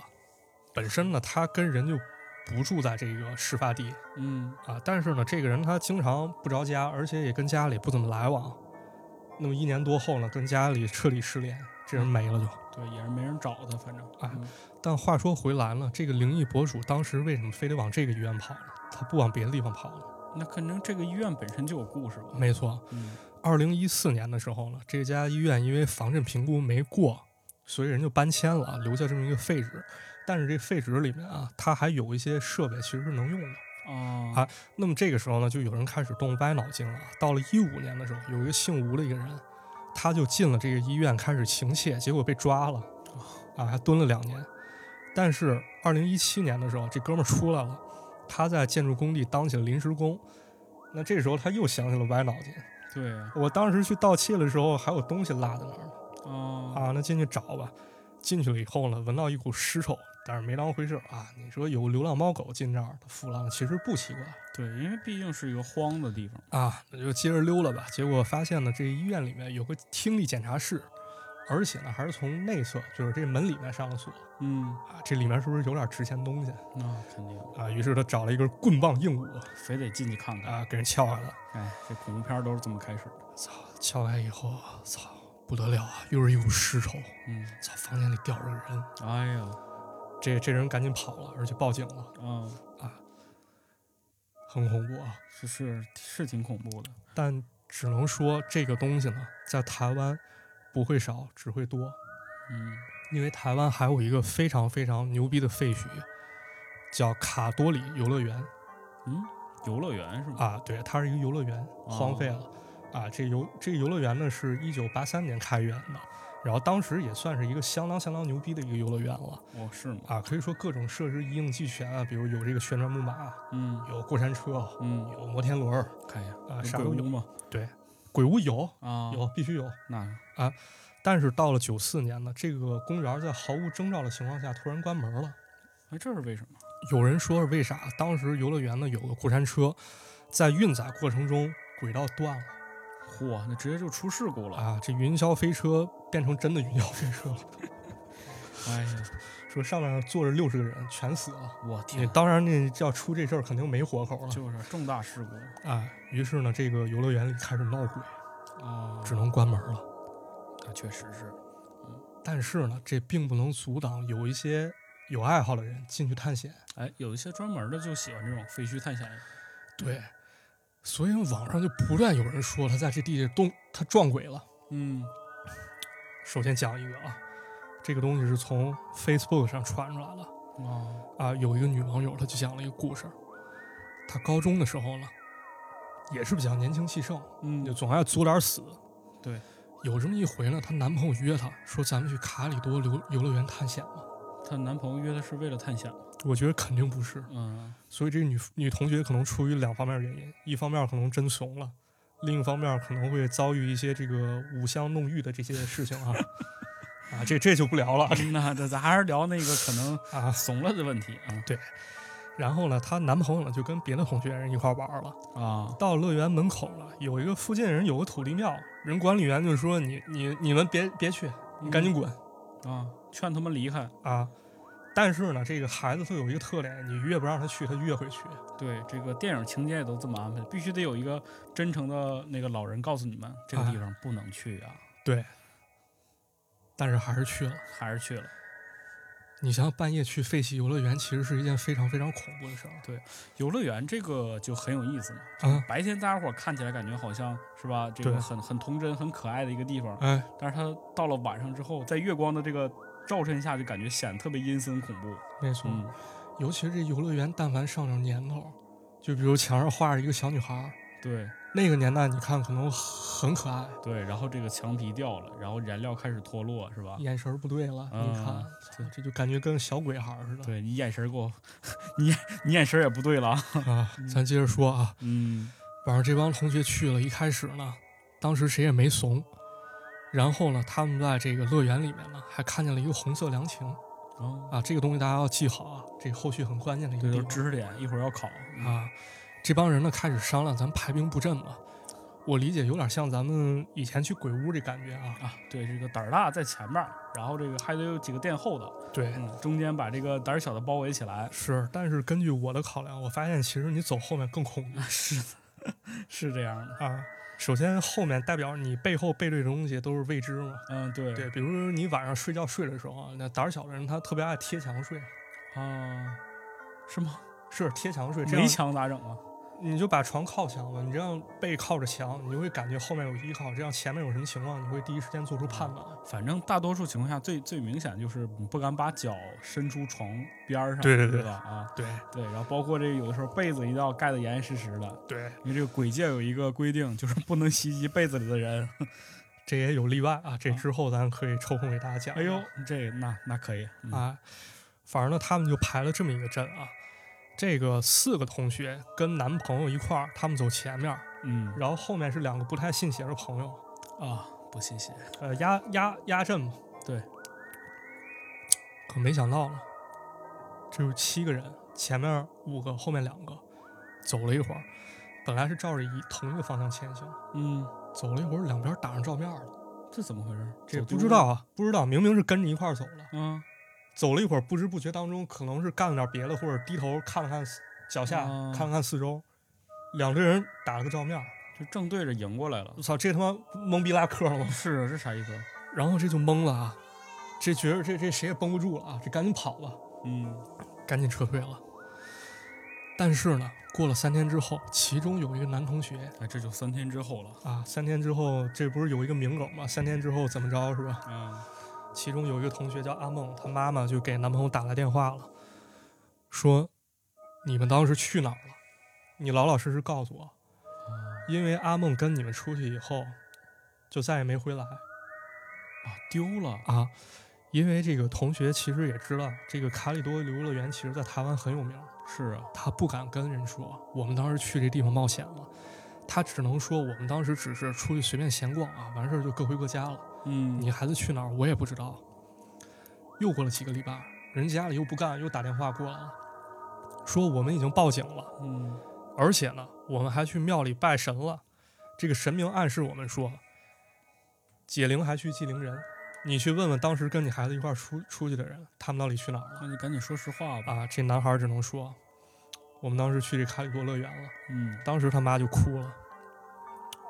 S2: 本身呢，他跟人就不住在这个事发地
S1: 嗯，
S2: 啊，但是呢，这个人他经常不着家，而且也跟家里不怎么来往。那么一年多后呢，跟家里彻底失联，这人没了就。
S1: 对，也是没人找他，反正，
S2: 哎
S1: 嗯
S2: 但话说回来了，这个灵异博主当时为什么非得往这个医院跑呢？他不往别的地方跑了？
S1: 那可能这个医院本身就有故事吧，
S2: 没错，
S1: 嗯，
S2: 二零一四年的时候呢，这家医院因为防震评估没过，所以人就搬迁了，留下这么一个废纸。但是这废纸里面啊，它还有一些设备其实是能用的。
S1: 啊，
S2: 啊那么这个时候呢，就有人开始动歪脑筋了。啊到了一五年的时候，有一个姓吴的一个人，他就进了这个医院开始行窃，结果被抓了，啊，还蹲了两年。但是二零一七年的时候，这哥们儿出来了，他在建筑工地当起了临时工。那这时候他又想起了歪脑筋，
S1: 对啊，
S2: 我当时去盗窃的时候还有东西落在那儿呢，
S1: 啊，
S2: 啊，那进去找吧。进去了以后呢，闻到一股尸臭，但是没当回事儿啊。你说有个流浪猫狗进这儿，它腐烂了，其实不奇怪。
S1: 对，因为毕竟是一个荒的地方，
S2: 啊，那就接着溜了吧。结果发现呢，这医院里面有个听力检查室，而且呢还是从内侧，就是这门里面上了锁
S1: 嗯，
S2: 啊。这里面是不是有点值钱东西
S1: 那肯定
S2: 啊？于是他找了一根棍棒硬骨
S1: 非得进去看看，
S2: 啊，给人撬开了。
S1: 哎，这恐怖片都是这么开始的，
S2: 操，撬开以后，操，不得了啊，又是一股尸臭。
S1: 嗯，
S2: 操，房间里吊着个人，
S1: 哎呀，
S2: 这这人赶紧跑了，而且报警了，
S1: 啊，
S2: 很恐怖啊。
S1: 是是是挺恐怖的，
S2: 但只能说这个东西呢，在台湾不会少，只会多。
S1: 嗯，
S2: 因为台湾还有一个非常非常牛逼的废墟，叫卡多里游乐园
S1: 嗯，游乐园是吗？
S2: 啊，对，它是一个游乐园，荒废了、啊。这游这个游乐园呢，是一九八三年开园的，然后当时也算是一个相当相当牛逼的一个游乐园了
S1: 哦，是吗？
S2: 啊，可以说各种设施一应俱全啊，比如有这个旋转木马，
S1: 嗯
S2: 有过山车，
S1: 嗯，
S2: 有摩天轮儿
S1: 看一下，
S2: 啊，
S1: 有
S2: 啥
S1: 鬼
S2: 都
S1: 屋
S2: 有，
S1: 吗？
S2: 鬼屋有
S1: 啊，
S2: 有必须有。
S1: 那是
S2: 但是到了九四年呢，这个公园在毫无征兆的情况下突然关门了。
S1: 哎，这是为什么？
S2: 有人说是为啥？当时游乐园呢有个过山车，在运载过程中轨道断了
S1: 嚯，那直接就出事故了！
S2: 啊，这云霄飞车变成真的云霄飞车了。
S1: 哎呀，
S2: 说上面坐着六十个人，全死了。
S1: 我
S2: 你
S1: 天，
S2: 当然，那要出这事儿肯定没活口了
S1: 就是重大事故
S2: 啊。于是呢，这个游乐园里开始闹鬼，
S1: 啊！
S2: 只能关门了。
S1: 那啊确实是，
S2: 但是呢，这并不能阻挡有一些有爱好的人进去探险。
S1: 哎，有一些专门的就喜欢这种废墟探险，
S2: 对，所以网上就不断有人说他在这地洞他撞鬼了。
S1: 嗯，
S2: 首先讲一个啊，这个东西是从 Facebook 上传出来了
S1: 啊，
S2: 啊。有一个女网友，她就讲了一个故事。她高中的时候呢，也是比较年轻气盛，
S1: 嗯
S2: 就总爱作点死。
S1: 对，
S2: 有这么一回呢，她男朋友约她说：“咱们去卡里多游游乐园探险吧。
S1: 她男朋友约她是为了探险，”
S2: 我觉得肯定不是，
S1: 嗯，
S2: 所以这个女女同学可能出于两方面原因，一方面可能真怂了，另一方面可能会遭遇一些这个五香弄玉的这些事情啊。 [laughs] 啊，这这就不聊了啊，
S1: 那这咱还是聊那个可能
S2: 这啊，
S1: 怂了的问题啊
S2: 然后呢，她男朋友呢就跟别的同学人一块玩了。
S1: [laughs] 啊，
S2: 到乐园门口了，有一个附近人有个土地庙，人管理员就说：“你你你们别别去，你赶紧滚、
S1: 嗯啊，劝他们离开，
S2: 啊！”但是呢，这个孩子他有一个特点，你越不让他去，他越会去。
S1: 对，这个电影情节也都这么安排，必须得有一个真诚的那个老人告诉你们这个地方不能去啊，
S2: 但是还是去了。
S1: 还是去了。
S2: 你想想，半夜去废弃游乐园，其实是一件非常非常恐怖的事儿
S1: 游乐园这个就很有意思嘛，
S2: 啊！
S1: 白天大家伙儿看起来感觉好像是吧，这个
S2: 对
S1: 很很童真、很可爱的一个地方，
S2: 哎，
S1: 但是它到了晚上之后，在月光的这个照衬下就感觉显得特别阴森恐怖。
S2: 没错，
S1: 嗯，
S2: 尤其是这游乐园，但凡上点年头，就比如墙上画着一个小女孩儿，
S1: 对
S2: 那个年代你看可能很可爱，
S1: 对，然后这个墙皮掉了，然后燃料开始脱落，是吧？
S2: 眼神儿不对了，
S1: 嗯
S2: 你看，操这就感觉跟小鬼孩儿似的。
S1: 对你眼神儿给我， [laughs] 你你眼神儿也不对了。
S2: 啊，咱接着说啊，
S1: 嗯
S2: 晚上这帮同学去了，一开始呢，当时谁也没怂，然后呢，他们在这个乐园里面呢，还看见了一个红色凉亭
S1: 哦，
S2: 啊，这个东西大家要记好啊，这后续很关键的一个
S1: 对，嗯就
S2: 地
S1: 是
S2: 方
S1: 知识点，一会儿要考。
S2: 啊。这帮人呢开始商量，咱排兵布阵吧。我理解有点像咱们以前去鬼屋这感觉啊。
S1: 啊，对，这个胆儿大在前面儿，然后这个还得有几个垫后的，
S2: 对，
S1: 嗯，中间把这个胆儿小的包围起来。
S2: 是，但是根据我的考量，我发现其实你走后面更恐 [laughs] 怖
S1: 是的，是这样的。
S2: 啊。首先，后面代表你背后背对的东西都是未知嘛。
S1: 嗯，对
S2: 对，比如说你晚上睡觉睡的时候啊，那胆儿小的人他特别爱贴墙睡，
S1: 啊，是吗？
S2: 是贴墙睡，这
S1: 围
S2: 样
S1: 墙咋整啊？
S2: 你就把床靠墙了，你这样背靠着墙，你就会感觉后面有依靠，这样前面有什么情况，你会第一时间做出判断。
S1: 反正大多数情况下，最最明显就是你不敢把脚伸出床边儿上，
S2: 对对对
S1: 吧？啊，
S2: 对
S1: 对，然后包括这有的时候被子一定要盖得严严实实的，
S2: 对，
S1: 因为这个鬼界有一个规定，就是不能袭击被子里的人。
S2: 这也有例外啊，这
S1: 啊
S2: 之后咱可以抽空给大家讲。
S1: 哎呦，这那那可以，嗯、
S2: 啊，反正呢，他们就排了这么一个阵啊。这个四个同学跟男朋友一块儿，他们走前面儿，
S1: 嗯
S2: 然后后面是两个不太信邪的朋友，
S1: 啊，不信邪，
S2: 呃，压压压阵嘛。
S1: 对。
S2: 可没想到了，只有七个人，前面五个，后面两个，走了一会儿，本来是照着一同一个方向前行，
S1: 嗯，
S2: 走了一会儿，两边打上照面了。
S1: 这怎么回事？
S2: 这
S1: 走
S2: 不
S1: 丢
S2: 知道啊，不知道，明明是跟着一块儿走了，
S1: 了啊，
S2: 走了一会儿，不知不觉当中，可能是干了点别的，或者低头看了看四脚下，
S1: 啊
S2: 看了看四周，两个人打了个照面。
S1: 就正对着迎过来了
S2: 我。操，这他妈懵逼拉客了吗？
S1: 是啊这啥意思？
S2: [laughs] 然后这就懵了啊，这觉着这这谁也绷不住了啊，这赶紧跑吧，
S1: 嗯
S2: 赶紧撤退了。但是呢，过了三天之后，其中有一个男同学
S1: 哎，这就三天之后了。
S2: 啊，三天之后，这不是有一个名梗吗？三天之后怎么着是吧？
S1: 啊，
S2: 其中有一个同学叫阿梦，她妈妈就给男朋友打来电话了，说你们当时去哪儿了？你老老实实告诉我，因为阿梦跟你们出去以后，就再也没回来。
S1: 啊，丢了。
S2: 啊，因为这个同学其实也知道，这个卡里多游乐园其实在台湾很有名儿，
S1: 是啊，
S2: 他不敢跟人说我们当时去这地方冒险了，他只能说我们当时只是出去随便闲逛啊，完事儿就各回各家了。
S1: 嗯，
S2: 你孩子去哪儿我也不知道。又过了几个礼拜，人家里又不干，又打电话过来了，说我们已经报警了，
S1: 嗯
S2: 而且呢，我们还去庙里拜神了。这个神明暗示我们说，解铃还须系铃人。你去问问当时跟你孩子一块儿出出去的人，他们到底去哪儿了
S1: 那就赶紧说实话吧。
S2: 啊？这男孩儿只能说，我们当时去这卡里多乐园了。
S1: 嗯
S2: 当时他妈就哭了。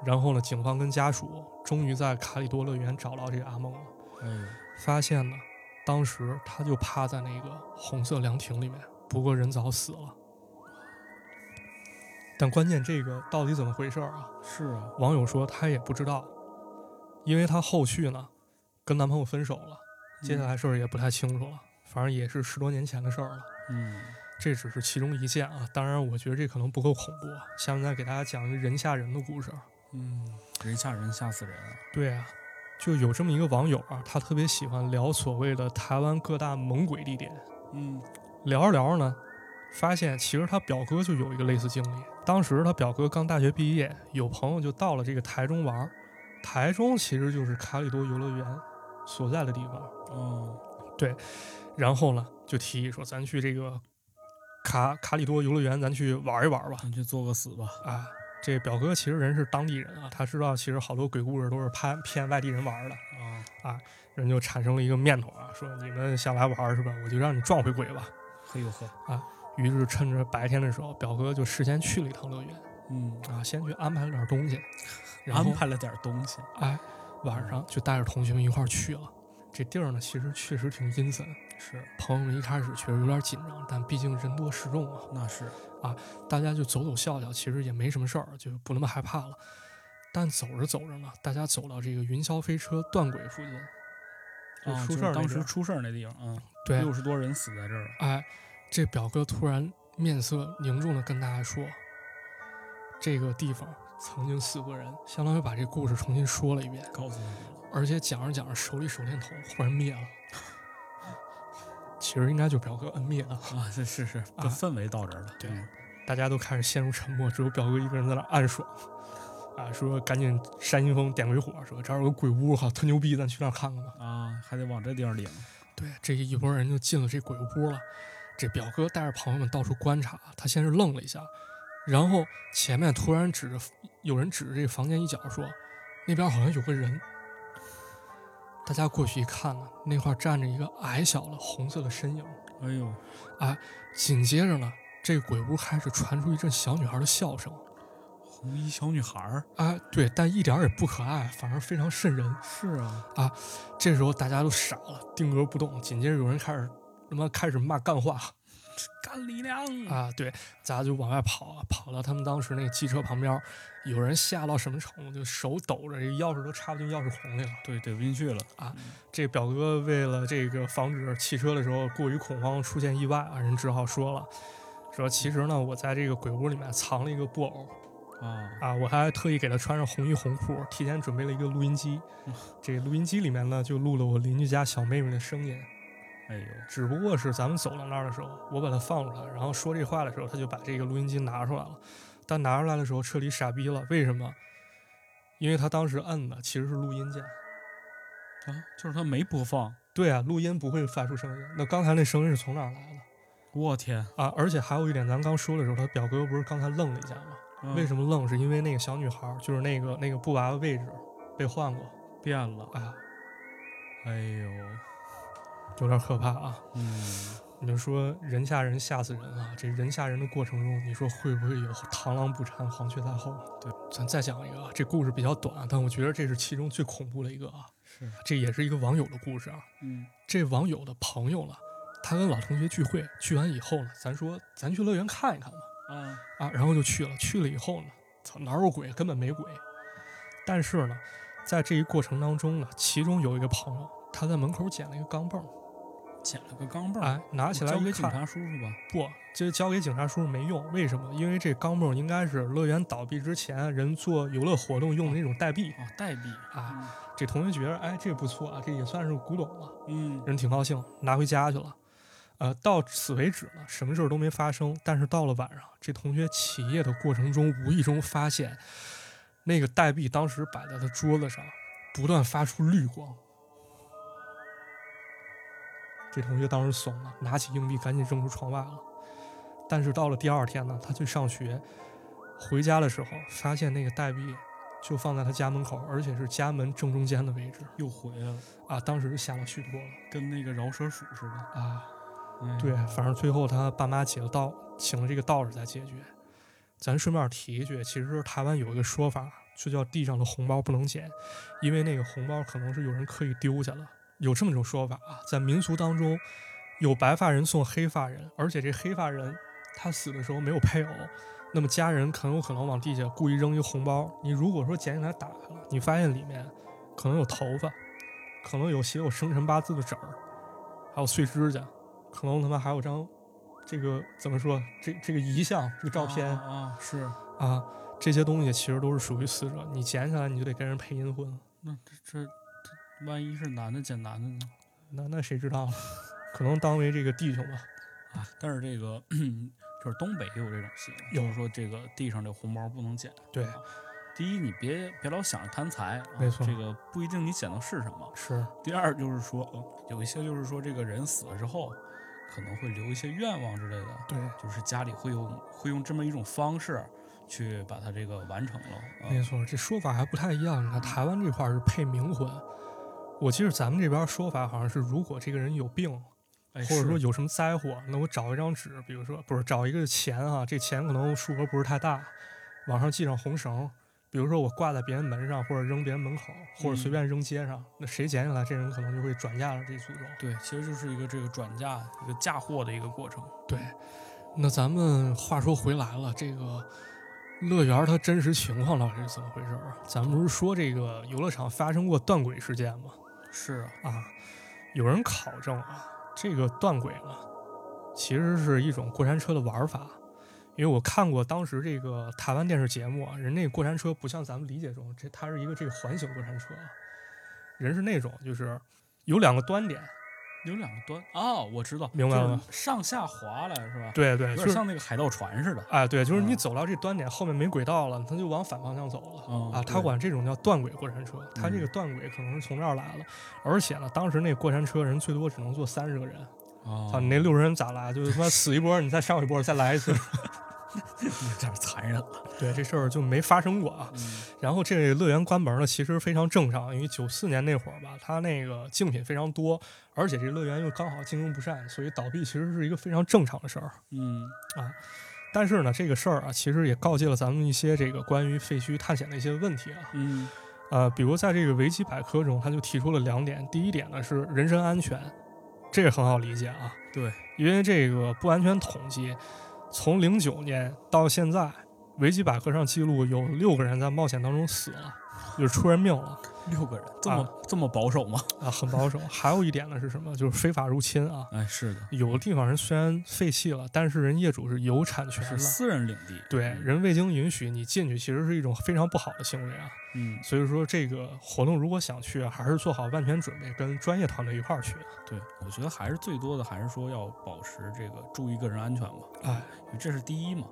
S2: 然后呢，警方跟家属终于在卡里多乐园找到这个阿梦了，
S1: 哎呦，
S2: 发现呢，当时他就趴在那个红色凉亭里面，不过人早死了。但关键这个到底怎么回事儿啊？
S1: 是啊，
S2: 网友说她也不知道，因为她后续呢跟男朋友分手了，接下来事儿也不太清楚了，反正也是十多年前的事儿了。
S1: 嗯，
S2: 这只是其中一件啊，当然我觉得这可能不够恐怖啊。下面再给大家讲一个人吓人的故事。啊
S1: 嗯嗯，人吓人吓死人啊。
S2: 对啊，就有这么一个网友啊，他特别喜欢聊所谓的台湾各大猛鬼地点，
S1: 嗯
S2: 聊着聊着呢，发现其实他表哥就有一个类似经历。当时他表哥刚大学毕业，有朋友就到了这个台中玩儿。台中其实就是卡里多游乐园所在的地方。
S1: 哦，
S2: 然后呢，就提议说，咱去这个卡卡里多游乐园，咱去玩一玩吧。
S1: 咱去作个死吧。
S2: 啊，这表哥其实人是当地人啊，他知道其实好多鬼故事都是拍骗外地人玩儿的。
S1: 啊，
S2: 人就产生了一个念头啊，说你们想来玩儿是吧？我就让你撞回鬼吧。
S1: 嘿呦呵，
S2: 于是趁着白天的时候，表哥就事先去了一趟乐园
S1: 嗯，
S2: 啊，先去安排了点东西，然
S1: 安
S2: 后
S1: 排了点东西。
S2: 哎，晚上就带着同学们一块儿去了。这地儿呢，其实确实挺阴森。
S1: 是，
S2: 朋友们一开始确实有点紧张，但毕竟人多势众啊，
S1: 那是，
S2: 大家就走走笑笑，其实也没什么事儿，就不那么害怕了。但走着走着呢，大家走到这个云霄飞车断轨附近，就
S1: 啊
S2: 出
S1: 是
S2: 事儿那
S1: 当时
S2: 边
S1: 出事儿那地方，嗯，
S2: 对，
S1: 六十多人死在这儿了，
S2: 哎，这表哥突然面色凝重的跟大家说，这个地方曾经死过人，相当于把这故事重新说了一遍，
S1: 告诉你了，
S2: 而且讲着讲着，手里手电筒忽然灭了。其实应该就是表哥摁灭的，
S1: 啊，是是是，这
S2: 啊
S1: 氛围到这儿了，
S2: 对
S1: 嗯
S2: 大家都开始陷入沉默，只有表哥一个人在那儿暗爽，啊，说赶紧扇阴风点鬼火，说这儿有个鬼屋哈，特牛逼，咱去那儿看看吧。
S1: 啊，还得往这地方领，
S2: 对，这一拨人就进了这鬼屋了。这表哥带着朋友们到处观察，他先是愣了一下，然后前面突然指着有人指着这个房间一角说：“那边好像有个人。”大家过去一看呢，那块儿站着一个矮小的红色的身影。
S1: 哎呦，
S2: 紧接着呢，这个鬼屋开始传出一阵小女孩的笑声。
S1: 红衣小女孩儿，
S2: 啊，对，但一点儿也不可爱，反而非常瘆人。
S1: 是啊，
S2: 这时候大家都傻了，定格不动。紧接着有人开始他妈开始骂干话，
S1: 干力量，
S2: 啊，对，咱就往外跑，啊跑到他们当时那个汽车旁边儿，有人吓到什么程度，就手抖着，这钥匙都插不进钥匙孔里了。
S1: 对，怼不进去了，
S2: 这表哥为了这个防止汽车的时候过于恐慌出现意外啊，人只好说了，说其实呢，我在这个鬼屋里面藏了一个布偶
S1: 啊，
S2: 啊，我还特意给他穿上红衣红裤，提前准备了一个录音机
S1: 嗯，
S2: 这录音机里面呢就录了我邻居家小妹妹的声音，
S1: 哎呦，
S2: 只不过是咱们走到那儿的时候，我把它放出来，然后说这话的时候，他就把这个录音机拿出来了。但拿出来的时候彻底傻逼了，为什么？因为他当时摁的其实是录音键。
S1: 啊，就是他没播放，
S2: 对啊，录音不会发出声音。那刚才那声音是从哪儿来的
S1: 我天，
S2: 啊？而且还有一点，咱刚说的时候，他表哥不是刚才愣了一下吗？为什
S1: 么
S2: 么愣？是因为那个小女孩儿，就是那个那个布娃娃位置被换过。
S1: 变了？
S2: 哎呀，
S1: 哎呦，
S2: 有点可怕啊！
S1: 嗯，
S2: 你就说人吓人吓死人啊！这人吓人的过程中，你说会不会有螳螂捕蝉，黄雀在后？啊
S1: 对，
S2: 咱再讲一个啊，这故事比较短，但我觉得这是其中最恐怖的一个啊。
S1: 是，
S2: 这也是一个网友的故事啊。
S1: 嗯，
S2: 这网友的朋友了，他跟老同学聚会，聚完以后呢，咱说咱去乐园看一看吧。
S1: 啊，
S2: 啊，然后就去了。去了以后呢，操，哪有鬼？根本没鬼。但是呢，在这一过程当中呢，其中有一个朋友，他在门口捡了一个钢镚儿，
S1: 捡了个钢镚儿，
S2: 哎，拿起来
S1: 交
S2: 一
S1: 给警
S2: 看，
S1: 察叔叔吧，
S2: 不，这交给警察叔叔没用，为什么？因为这钢镚儿应该是乐园倒闭之前人做游乐活动用的那种代币。
S1: 啊，代币
S2: 啊，这同学觉得，哎，这不错啊，这也算是古董了，
S1: 嗯，
S2: 人挺高兴，拿回家去了。呃，到此为止呢，什么事儿都没发生。但是到了晚上，这同学起夜的过程中，无意中发现那个代币当时摆在他桌子上，不断发出绿光。这同学当时怂了，拿起硬币赶紧扔出窗外了。但是到了第二天呢，他去上学，回家的时候发现那个代币就放在他家门口，而且是家门正中间的位置
S1: 又回来了，
S2: 啊！当时就吓了许多了
S1: 跟那个饶舌鼠似的，
S2: 啊！
S1: 哎
S2: 对，啊反正最后他爸妈解了道，请了这个道士来解决。咱顺便提一句，其实台湾有一个说法，就叫地上的红包不能捡，因为那个红包可能是有人刻意丢下了。有这么一种说法啊，在民俗当中，有白发人送黑发人，而且这黑发人他死的时候没有配偶，那么家人很有可能往地下故意扔一个红包。你如果说捡起来打开了，你发现里面可能有头发，可能有写有生辰八字的纸儿，还有碎指甲，可能他妈还有张这个怎么说这这个遗像这个照片
S1: 啊啊啊是，
S2: 啊，这些东西其实都是属于死者，你捡起来你就得跟人配阴婚，
S1: 那这这这万一是男的捡男的呢？
S2: 那那谁知道呢？可能当为这个弟兄吧。
S1: 啊，但是这个 [clears throat] 就是东北也有这种习惯，
S2: 有
S1: 就是说这个地上这红包不能捡。
S2: 对，
S1: 第一，你别别老想着贪财，啊、
S2: 没错
S1: 这个不一定你捡到是什么。
S2: 是
S1: 第二就是说，呃有一些就是说这个人死了之后，可能会留一些愿望之类的，
S2: 对，
S1: 就是家里会用会用这么一种方式去把它这个完成了。啊
S2: 没错，这说法还不太一样。你看台湾这块儿是配冥婚，我记得咱们这边儿说法好像是，如果这个人有病，
S1: 哎、
S2: 或者
S1: 是
S2: 说有什么灾祸，那我找一张纸，比如说不是找一个钱啊，这钱可能数额不是太大，往上系上红绳，比如说我挂在别人门上，或者扔别人门口，或者随
S1: 嗯
S2: 便扔街上，那谁捡起来，这人可能就会转嫁了这诅咒。
S1: 对，其实就是一个这个转嫁、一个嫁祸的一个过程。
S2: 对，那咱们话说回来了，这个乐园它真实情况到底是怎么回事儿啊？咱们不是说这个游乐场发生过断轨事件吗？
S1: 是啊，
S2: 啊，有人考证啊，这个断轨了，其实是一种过山车的玩法。因为我看过当时这个台湾电视节目啊，人那过山车不像咱们理解中，这它是一个这个环形过山车啊，人是那种就是有两个端点，
S1: 有两个端哦，我知道，
S2: 明白了吗
S1: 就是上下滑来是吧？
S2: 对对，
S1: 有
S2: 就
S1: 点
S2: 是
S1: 像那个海盗船似的。
S2: 哎，对，就是你
S1: 嗯
S2: 走到这端点后面没轨道了，它就往反方向走了、
S1: 嗯
S2: 啊。他
S1: 对
S2: 管这种叫断轨过山车，他这
S1: 嗯
S2: 个断轨可能是从这儿来了。而且呢，当时那过山车人最多只能坐三十个人，
S1: 哦
S2: 操、你那六十人咋来？就是他妈死一波，你再上一波，再来一次。
S1: 有点残忍了。
S2: 对，这事儿就没发生过啊。
S1: 嗯
S2: 然后这乐园关门了，其实非常正常，因为九四年那会儿吧，它那个竞品非常多，而且这乐园又刚好经营不善，所以倒闭其实是一个非常正常的事儿。
S1: 嗯
S2: 但是呢，这个事儿啊，其实也告诫了咱们一些这个关于废墟探险的一些问题啊。
S1: 嗯
S2: 呃，比如在这个维基百科中，他就提出了两点，第一点呢是人身安全，这个很好理解啊，
S1: 对，
S2: 因为这个不安全统计，从零九年到现在，维基百科上记录有六个人在冒险当中死了，就是出人命了
S1: 六个人这么、这么保守吗？
S2: 啊，很保守。还有一点呢是什么？就是非法入侵啊，
S1: [laughs] 哎，是的，
S2: 有的地方人虽然废弃了，但是人业主是有产权
S1: [laughs] 是
S2: 的。
S1: 私人领地。
S2: 对，
S1: 嗯
S2: 人未经允许你进去，其实是一种非常不好的行为啊。
S1: 嗯，
S2: 所以说，这个活动如果想去，啊还是做好万全准备，跟专业团队一块儿去。啊
S1: 对，我觉得还是最多的还是说要保持这个注意个人安全吧，
S2: 哎，
S1: 因为这是第一嘛。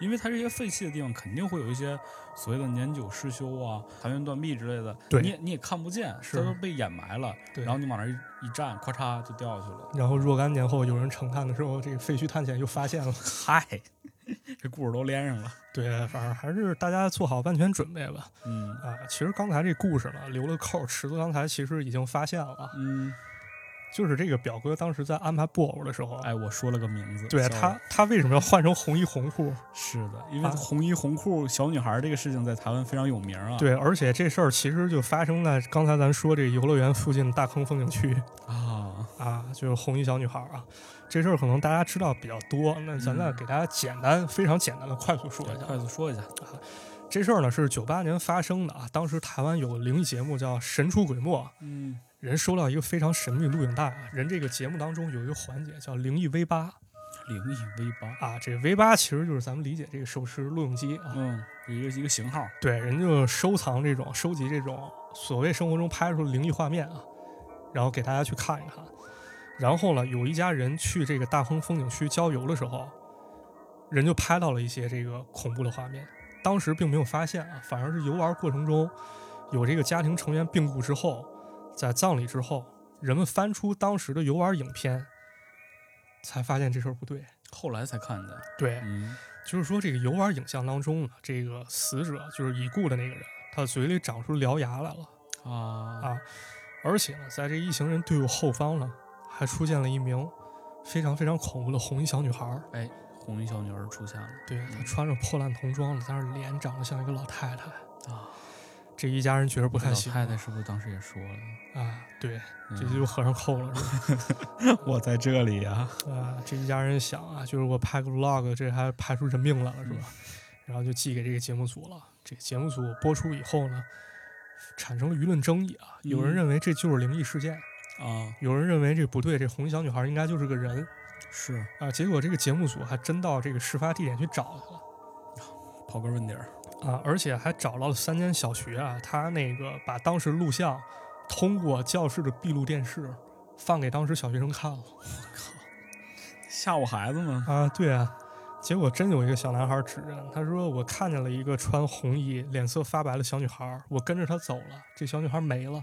S1: 因为它这些废弃的地方肯定会有一些所谓的年久失修啊、残垣断壁之类的，
S2: 对
S1: 你也你也看不见，
S2: 是
S1: 它都被掩埋了，
S2: 对
S1: 然后你往那儿一一站，咔嚓就掉下去
S2: [laughs]
S1: 了。
S2: 然后若干年后，有人成探的时候，这个废墟探险又发现了。
S1: 嗨， [laughs] 这故事都连上了。
S2: 对，反正还是大家做好万全准备吧。
S1: 嗯
S2: 啊，其实刚才这故事呢，留了扣。池子刚才其实已经发现了啊，
S1: 嗯，
S2: 就是这个表哥当时在安排布偶的时候，
S1: 哎，我说了个名字，
S2: 对啊
S1: sorry
S2: 他他为什么要换成红衣红裤？
S1: 是的，因为
S2: 啊
S1: 红衣红裤小女孩这个事情在台湾非常有名啊。
S2: 对，而且这事儿其实就发生在刚才咱说这个游乐园附近的大坑风景区。
S1: 啊，
S2: 啊，就是红衣小女孩儿啊，这事儿可能大家知道比较多，那咱再
S1: 嗯
S2: 给大家简单、非常简单的快速说
S1: 对
S2: 一下
S1: 快
S2: 啊。
S1: 速说一下。
S2: 这事儿呢是九八年发生的啊，当时台湾有个灵异节目叫《神出鬼没》，
S1: 嗯，
S2: 人收到一个非常神秘录影带啊，人这个节目当中有一个环节叫灵异 V 八
S1: 灵异 V 八，
S2: 啊，这 V 八其实就是咱们理解这个手持录影机啊，
S1: 嗯，一个一个型号。
S2: 对，人就收藏这种收集这种所谓生活中拍出的灵异画面啊，然后给大家去看一看。然后呢，有一家人去这个大丰风景区郊游的时候，人就拍到了一些这个恐怖的画面。当时并没有发现啊，反而是游玩过程中有这个家庭成员病故之后，在葬礼之后，人们翻出当时的游玩影片，才发现这事儿不对。
S1: 后来才看见，
S2: 对，
S1: 嗯，
S2: 就是说，这个游玩影像当中呢，这个死者就是已故的那个人，他嘴里长出獠牙来了，
S1: 啊
S2: 啊而且呢，在这一行人队伍后方呢，还出现了一名非常非常恐怖的红衣小女孩儿。
S1: 红衣小女儿出现了
S2: 对，她穿着破烂童装但是脸长得像一个老太太。
S1: 啊！
S2: 这一家人觉得不
S1: 我
S2: 太
S1: 老
S2: 行
S1: 太太是不是当时也说了？
S2: 啊，对，
S1: 嗯
S2: 这就合上扣了，是吧？
S1: 我在这里呀，
S2: 啊，这一家人想啊，就是我拍个 vlog，这还拍出人命来了，是吧？然后就寄给这个节目组了。这个节目组播出以后呢，产生了舆论争议啊，有人
S1: 嗯
S2: 认为这就是灵异事件，
S1: [laughs] 啊，
S2: 有人认为这不对，这红衣小女孩应该就是个人
S1: 是
S2: 啊。结果这个节目组还真到这个事发地点去找去了。
S1: 刨根问底儿，
S2: 啊，而且还找到了三间小学啊，他那个把当时录像通过教室的闭路电视放给当时小学生看了
S1: 吓唬孩子 [laughs] 吗？
S2: 啊，对啊，结果真有一个小男孩指认，他说我看见了一个穿红衣、脸色发白的小女孩，我跟着她走了，这小女孩没了。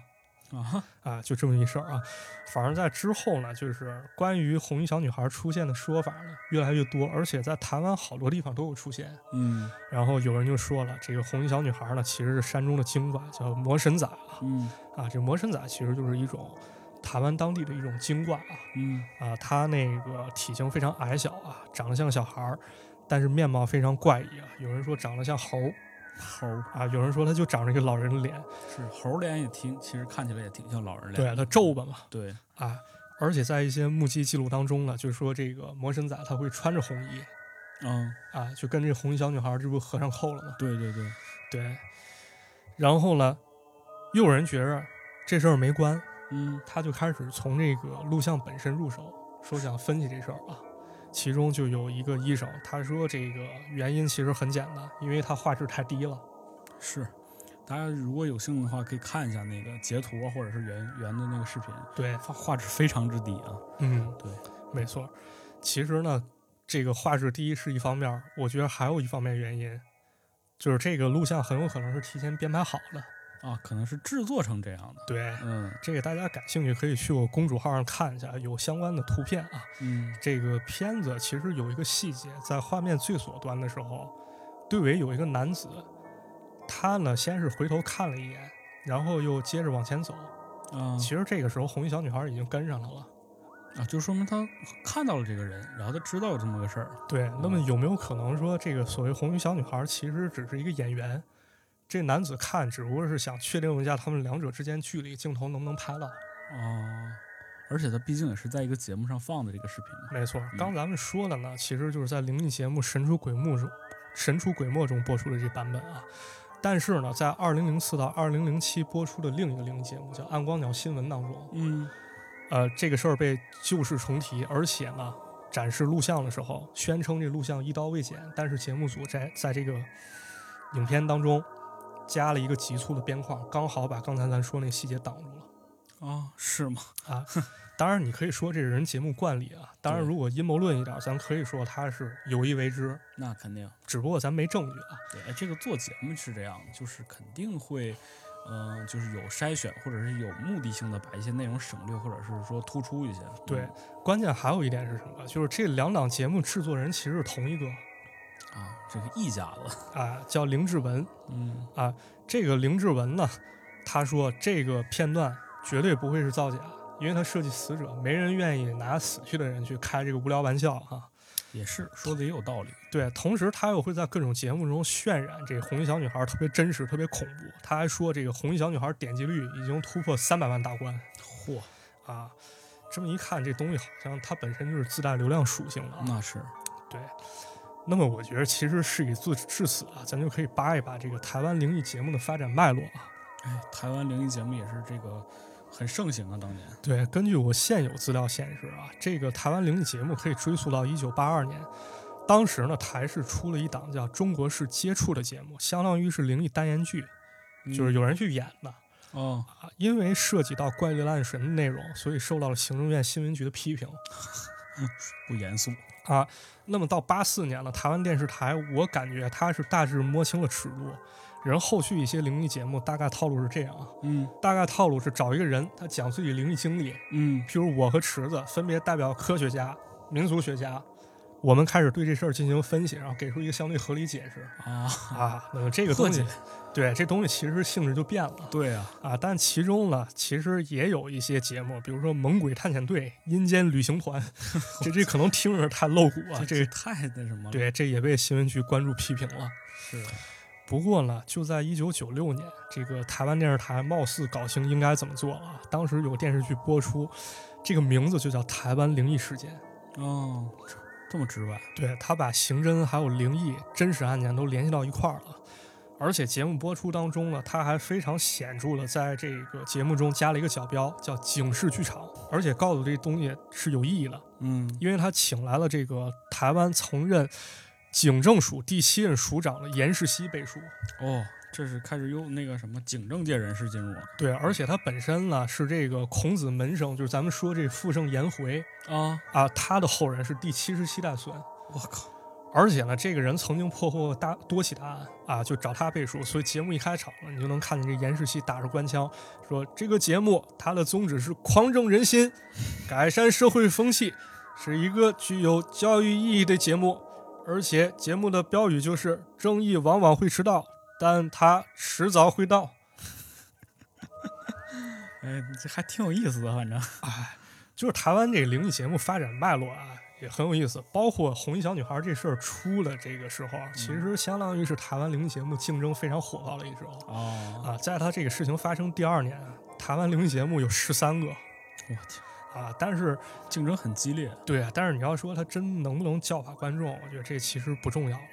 S1: 啊，
S2: 啊，就这么一事儿啊，反而在之后呢，就是关于红衣小女孩出现的说法呢越来越多，而且在台湾好多地方都有出现。
S1: 嗯
S2: 然后有人就说了，这个红衣小女孩呢，其实是山中的精怪，叫魔神仔啊。
S1: 嗯
S2: 啊，这魔神仔其实就是一种台湾当地的一种精怪啊。
S1: 嗯，
S2: 啊，它那个体型非常矮小啊，长得像个小孩儿，但是面貌非常怪异啊。有人说长得像猴儿
S1: 猴儿
S2: 啊，有人说它就长着一个老人的脸，
S1: 是猴儿脸也挺，其实看起来也挺像老人脸
S2: 对，
S1: 的。
S2: 它皱巴嘛
S1: 对，
S2: 啊。而且在一些目击记录当中呢，就是说这个魔神仔他会穿着红衣
S1: 嗯，
S2: 啊，就跟这红衣小女孩儿这不合上扣了吗？
S1: 对对对，
S2: 对，然后呢，又有人觉着这事儿没关，
S1: 嗯
S2: 他就开始从这个录像本身入手，说想分析这事儿啊。其中就有一个医生，他说这个原因其实很简单，因为他画质太低了。
S1: 是。大家如果有兴趣的话，可以看一下那个截图啊或者是原原的那个视频，
S2: 对，
S1: 画画质非常之低啊。
S2: 嗯，
S1: 对，
S2: 没错。其实呢，这个画质低是一方面儿，我觉得还有一方面原因，就是这个录像很有可能是提前编排好的。
S1: 啊，可能是制作成这样的。
S2: 对，
S1: 嗯
S2: 这个大家感兴趣可以去我公主号上看一下，有相关的图片啊。
S1: 嗯
S2: 这个片子其实有一个细节，在画面最左端的时候，队尾有一个男子，他呢先是回头看了一眼，然后又接着往前走。
S1: 啊
S2: 其实这个时候，红衣小女孩已经跟上来了。
S1: 啊，就说明他看到了这个人，然后他知道有这么个事儿。
S2: 对，那么有没有可能说，这个所谓红衣小女孩其实只是一个演员？这男子看只不过是想确定一下他们两者之间距离，镜头能不能拍到。
S1: 哦，而且他毕竟也是在一个节目上放的这个视频嘛。
S2: 没错，刚咱们说的呢，其实就是在灵异节目《神出鬼没》中，《神出鬼没》中播出的这版本啊。但是呢，在2004到2007播出的另一个灵异节目叫《暗光鸟新闻》当中，
S1: 嗯
S2: 呃，这个事儿被旧事重提，而且呢，展示录像的时候宣称这录像一刀未剪，但是节目组在在这个影片当中加了一个急促的边框，刚好把刚才咱说那细节挡住了。
S1: 啊，是吗？
S2: 啊，当然你可以说这是人节目惯例啊。当然，
S1: 对
S2: 如果阴谋论一点，咱可以说他是有意为之，
S1: 那肯定。
S2: 只不过咱没证据啊。
S1: 对，哎这个做节目是这样的，就是肯定会，嗯、就是有筛选，或者是有目的性的把一些内容省略，或者是说突出一些。
S2: 对
S1: 嗯，
S2: 关键还有一点是什么？就是这两档节目制作人其实是同一个
S1: 啊，这个一家子，
S2: 啊，叫林志文。
S1: 嗯
S2: 这个林志文呢，他说这个片段绝对不会是造假，因为他涉及死者，没人愿意拿死去的人去开这个无聊玩笑啊。
S1: [laughs] 也是说的也有道理。
S2: 对，同时他又会在各种节目中渲染这个红衣小女孩特别真实、特别恐怖。他还说这个红衣小女孩点击率已经突破三百万大关
S1: 嚯，
S2: 啊！这么一看，这东西好像它本身就是自带流量属性的啊。
S1: 那是
S2: 那么我觉得其实事已至至此啊，咱就可以扒一扒这个台湾灵异节目的发展脉络啊。
S1: 哎，台湾灵异节目也是这个很盛行啊，当年。
S2: 对，根据我现有资料显示啊，这个台湾灵异节目可以追溯到一九八二年，当时呢台视出了一档叫《中国式接触》的节目，相当于是灵异单元剧，就是
S1: 有
S2: 有人去演的。
S1: 嗯哦，
S2: 啊，因为涉及到怪力乱神的内容，所以受到了行政院新闻局的批评
S1: 不严肃。
S2: 啊。那么到八四年了，台湾电视台，我感觉它是大致摸清了尺度。人后续一些灵异节目大概套路是这样啊，
S1: 嗯
S2: 大概套路是找一个人，他讲自己灵异经历，
S1: 嗯
S2: 譬如我和池子分别代表科学家、民俗学家，我们开始对这事儿进行分析，然后给出一个相对合理解释
S1: 啊，
S2: 啊。那么这个东
S1: [laughs]
S2: 西
S1: 破，
S2: 对这东西其实性质就变了。
S1: 对啊，
S2: 啊，但其中呢，其实也有一些节目，比如说《猛鬼探险队》《阴间旅行团》
S1: [laughs]
S2: 这，这可能听着太露骨啊，
S1: 这
S2: 这
S1: 太那什么了。，
S2: 对这也被新闻局关注批评了。
S1: 是
S2: 不过呢，就在一九九六年，这个台湾电视台貌似搞清应该怎么做了啊，当时有电视剧播出，这个名字就叫《台湾灵异事件》。
S1: 哦，这这么直白。
S2: 对他把刑侦还有灵异真实案件都联系到一块儿了，而且节目播出当中呢，他还非常显著的在这个节目中加了一个角标，叫警示剧场，而且告诉这东西是有意义的，
S1: 嗯
S2: 因为他请来了这个台湾曾任警政署第七任署长的严世熙背书，
S1: 哦，这是开始有那个什么警政界人士进入了
S2: 对，而且他本身呢是这个孔子门生，就是咱们说这傅盛颜回
S1: 啊！
S2: 啊，他的后人是第七十七代孙。
S1: 我靠，
S2: 而且呢，这个人曾经破获大多起大案啊，就找他背书。所以节目一开场呢，你就能看见这严世熙打着官腔说：“这个节目它的宗旨是匡正人心，改善社会风气，是一个具有教育意义的节目。而且节目的标语就是‘正义往往会迟到，但它迟早会到
S1: 哎，这还挺有意思的，反正’。”
S2: 就是台湾这个灵异节目发展脉络啊，也很有意思。包括红衣小女孩这事儿出了这个时候啊，其实相当于是台湾灵异节目竞争非常火爆的一时候。
S1: 哦，
S2: 啊，在他这个事情发生第二年，台湾灵异节目有十三个
S1: 我天，
S2: 啊，但是
S1: 竞争很激烈。
S2: 对，啊但是你要说他真能不能教化观众，我觉得这其实不重要了。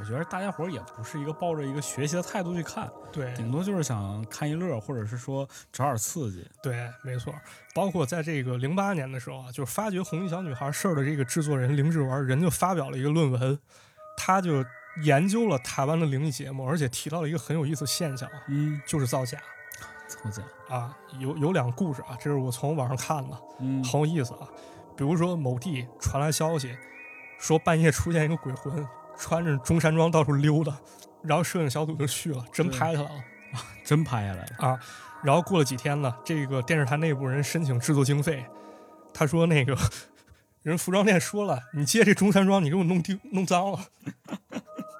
S1: 我觉得大家伙儿也不是一个抱着一个学习的态度去看，
S2: 对
S1: 顶多就是想看一乐，或者是说找点刺激。
S2: 对，没错。包括在这个零八年的时候啊，就是发掘红衣小女孩事儿的这个制作人林志文，人就发表了一个论文，他就研究了台湾的灵异节目，而且提到了一个很有意思的现象啊，
S1: 嗯，
S2: 就是造假
S1: 凑假。
S2: 啊。有有两个故事啊，这是我从网上看的，
S1: 嗯，
S2: 很有意思啊。比如说某地传来消息，说半夜出现一个鬼魂，穿着中山装到处溜达，然后摄影小组就去了，真
S1: 对
S2: 拍下来了。啊
S1: 真拍下来了。
S2: 然后过了几天呢，这个电视台内部人申请制作经费，他说那个 [laughs] 人服装店说了，你借这中山装，你给我弄丢弄脏了，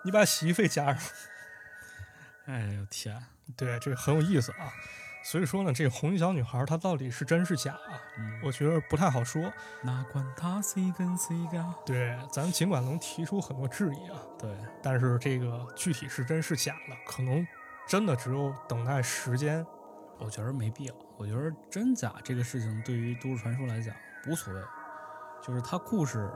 S2: 你把洗衣费加上。
S1: 哎呦天，
S2: 对，这个很有意思啊。所以说呢，这个红衣小女孩她到底是真是假啊？
S1: 嗯
S2: 我觉得不太好说。
S1: 哪管他谁跟谁干？
S2: 对，咱们尽管能提出很多质疑啊，
S1: 对，
S2: 但是这个具体是真是假呢，可能真的只有等待时间。
S1: 我觉得没必要。我觉得真假这个事情对于都市传说来讲无所谓，就是它故事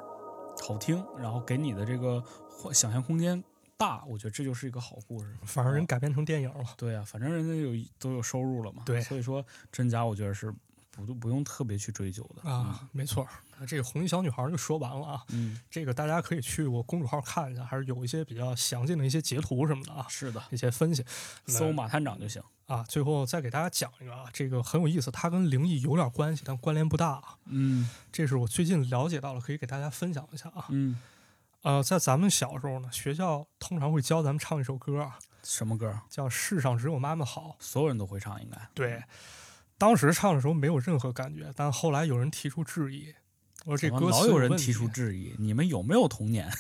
S1: 好听，然后给你的这个幻想象空间大，我觉得这就是一个好故事。
S2: 反正人改编成电影了，
S1: 对啊，反正人家有都有收入了嘛，
S2: 对
S1: 所以说真假我觉得是不不用特别去追究的。
S2: 啊，没错儿，那这个红衣小女孩就说完了啊。
S1: 嗯，
S2: 这个大家可以去我公众号看一下，还是有一些比较详尽的一些截图什么的啊，
S1: 嗯是的，
S2: 一些分析那
S1: 搜马探长就行。
S2: 啊。最后再给大家讲一个啊，这个很有意思，它跟灵异有点关系，但关联不大啊。
S1: 嗯
S2: 这是我最近了解到了，可以给大家分享一下啊。
S1: 嗯，
S2: 呃，在咱们小时候呢，学校通常会教咱们唱一首歌啊，
S1: 什么歌？
S2: 叫《世上只有妈妈好》。
S1: 所有人都会唱，应该。
S2: 对，当时唱的时候没有任何感觉，但后来有人提出质疑，我说这
S1: 怎么
S2: 歌词
S1: 老有人
S2: 问
S1: 提出
S2: 题
S1: 质疑，你们有没有童年？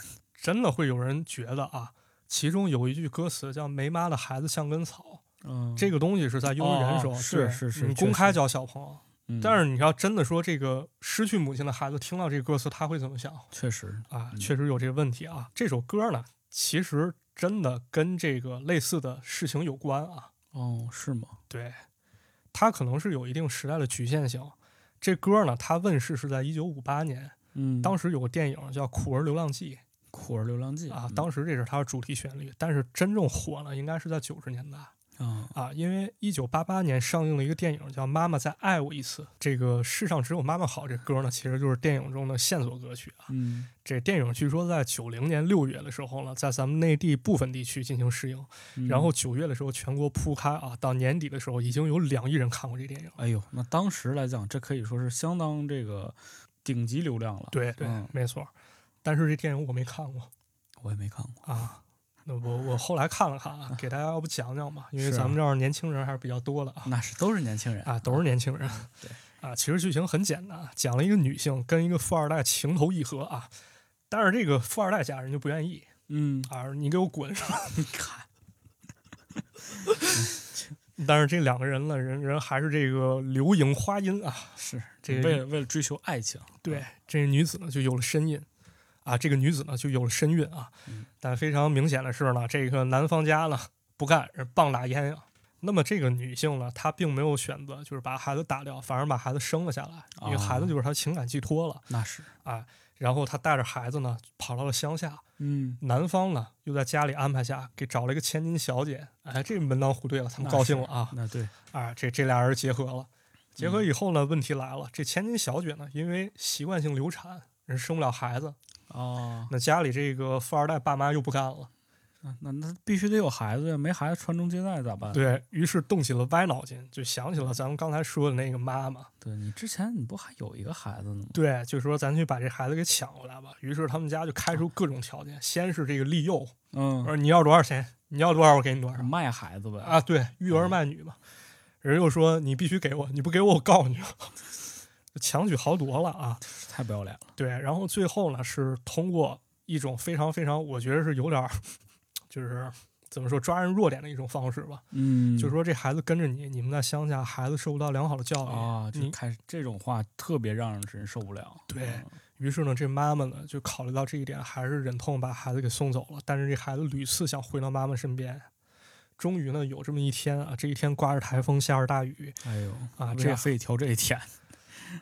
S2: 真的会有人觉得啊，其中有一句歌词叫“没妈的孩子像根草”，
S1: 嗯
S2: 这个东西是在幼儿园时候、
S1: 哦是
S2: 对
S1: 是是
S2: 你
S1: 确
S2: 公开
S1: 实
S2: 教小朋友。
S1: 嗯
S2: 但是你要真的说这个失去母亲的孩子听到这个歌词，他会怎么想
S1: 确实，
S2: 啊？
S1: 嗯
S2: 确实有这个问题啊。这首歌呢，其实真的跟这个类似的事情有关啊。
S1: 哦，是吗？
S2: 对，它可能是有一定时代的局限性。这歌呢，它问世是在一九五八年，
S1: 嗯
S2: 当
S1: 时
S2: 时有个电影叫《苦儿流浪记》，
S1: 《酷儿流浪记》
S2: 啊，
S1: 嗯
S2: 当时这是它的主题旋律，但是真正火呢，应该是在九十年代
S1: 啊，
S2: 啊，因为一九八八年上映了一个电影叫《妈妈再爱我一次》，这个世上只有妈妈好这歌呢，其实就是电影中的线索歌曲啊。
S1: 嗯，
S2: 这电影据说在九零年六月的时候呢，在咱们内地部分地区进行试映，
S1: 嗯
S2: 然后，九月的时候全国铺开啊，到年底的时候已经有两亿人看过这电影了。
S1: 哎呦，那当时来讲，这可以说是相当这个顶级流量了。，
S2: 对对，
S1: 嗯
S2: 没错。但是这电影我没看过
S1: 我也没看过。
S2: 啊，那我我后来看了看啊，给大家要不讲讲吧，因为
S1: 是啊
S2: 咱们这儿年轻人还是比较多的啊。
S1: 那是都是年轻人
S2: 啊，都是年轻人。
S1: 嗯对
S2: 啊，其实剧情很简单，啊讲了一个女性跟一个富二代情投意合啊，但是这个富二代家人就不愿意
S1: 嗯，
S2: 啊， [laughs] 你给我滚！
S1: 你看，
S2: [laughs] 但是这两个人呢，人人还是这个流萤花音啊，
S1: 是
S2: 这个
S1: 为了为了追求爱情，
S2: 对，嗯这女子呢就有了身孕。啊，这个女子呢就有了身孕啊，
S1: 嗯
S2: 但非常明显的是呢，这个男方家呢不干，人棒打鸳鸯。那么这个女性呢，她并没有选择就是把孩子打掉，反而把孩子生了下来，因为孩子
S1: 哦
S2: 就是她情感寄托了。
S1: 那是，
S2: 然后她带着孩子呢，跑到了乡下。
S1: 嗯，
S2: 男方呢，又在家里安排下给找了一个千金小姐。哎，这门当户对了，他们
S1: 那
S2: 高兴
S1: 是
S2: 了啊！
S1: 那对，
S2: 啊，这这俩人结合了。结合以后呢，问题来了，这千金小姐呢，因为习惯性流产，人生不了孩子，
S1: 哦，
S2: 那家里这个富二代爸妈又不干了，
S1: 那那那必须得有孩子呀，没孩子传宗接代咋办？
S2: 对于是动起了歪脑筋，就想起了咱们刚才说的那个妈妈，
S1: 对，你之前你不还有一个孩子呢吗？
S2: 对，就说咱去把这孩子给抢过来吧。于是他们家就开出各种条件，先是这个利诱，
S1: 嗯，
S2: 说你要多少钱，你要多少我给你多少，
S1: 卖孩子呗。
S2: 啊，对，育儿卖女嘛。人又说你必须给我，你不给我我告你， [laughs] 就强取豪夺了啊。
S1: 太不要脸了。
S2: 对，然后最后呢是通过一种非常非常，我觉得是有点儿，就是怎么说抓人弱点的一种方式吧，
S1: 嗯
S2: 就是说这孩子跟着你，你们在乡下孩子受不到良好的教育，
S1: 啊，就
S2: 你
S1: 开始这种话特别让人受不了。
S2: 嗯对
S1: 嗯
S2: 于是呢这妈妈呢就考虑到这一点，还是忍痛把孩子给送走了。但是这孩子屡次想回到妈妈身边。终于呢，有这么一天啊，这一天刮着台风，下着大雨
S1: 哎呦
S2: 啊，
S1: 为
S2: 这
S1: 啥非得挑这一天？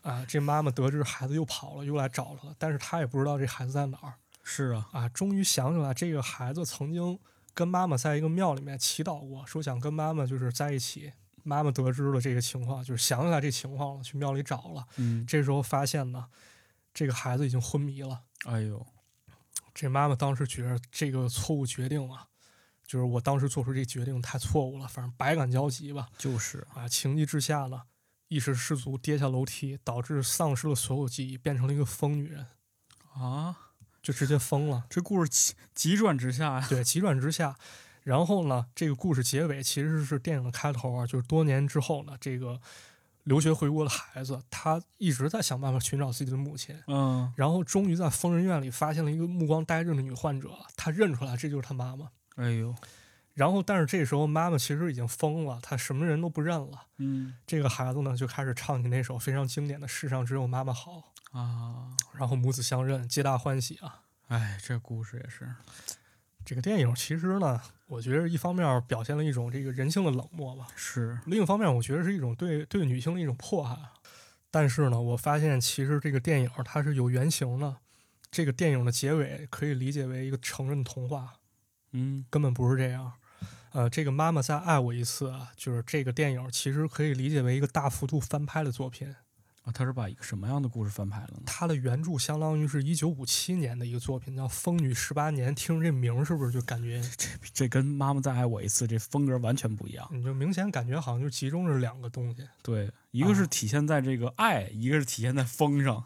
S2: 啊，这妈妈得知孩子又跑了，又来找她了，但是她也不知道这孩子在哪儿
S1: 是啊，
S2: 啊。终于想起来，这个孩子曾经跟妈妈在一个庙里面祈祷过，说想跟妈妈就是在一起。妈妈得知了这个情况，就是想起来这情况了，去庙里找了。
S1: 嗯，
S2: 这时候发现呢，这个孩子已经昏迷了。
S1: 哎呦，
S2: 这妈妈当时觉得这个错误决定啊，就是我当时做出这决定太错误了，反正百感交集吧。
S1: 就是
S2: 啊，情急之下呢，一时失足跌下楼梯，导致丧失了所有记忆，变成了一个疯女人，
S1: 啊，。
S2: 就直接疯了
S1: 这故事急急转直下呀，
S2: 对，急转直下。然后呢，这个故事结尾其实是电影的开头啊，就是多年之后呢，这个留学回国的孩子，他一直在想办法寻找自己的母亲，
S1: 嗯，
S2: 然后终于在疯人院里发现了一个目光呆滞的女患者，他认出来这就是他妈妈。
S1: 哎呦，
S2: 然后，但是这时候妈妈其实已经疯了，她什么人都不认了。
S1: 嗯
S2: 这个孩子呢，就开始唱起那首非常经典的《世上只有妈妈好
S1: 啊，》，
S2: 然后母子相认，皆大欢喜啊。
S1: 哎，这故事也是，
S2: 这个电影其实呢，我觉得一方面表现了一种这个人性的冷漠吧，
S1: 是，
S2: 另一方面我觉得是一种对对女性的一种迫害。啊但是呢，我发现其实这个电影它是有原型的，这个电影的结尾可以理解为一个成人童话，
S1: 嗯
S2: 根本不是这样。呃，这个《妈妈再爱我一次》啊，就是这个电影其实可以理解为一个大幅度翻拍的作品。
S1: 啊，他是把一个什么样的故事翻拍了呢？
S2: 它的原著相当于是一九五七年的一个作品，叫《疯女十八年》。听着这名儿，是不是就感觉
S1: 这跟《妈妈再爱我一次》这风格完全不一样。
S2: 你就明显感觉好像就集中着两个东西？
S1: 对，一个是
S2: 啊
S1: 体现在这个爱，一个是体现在风上。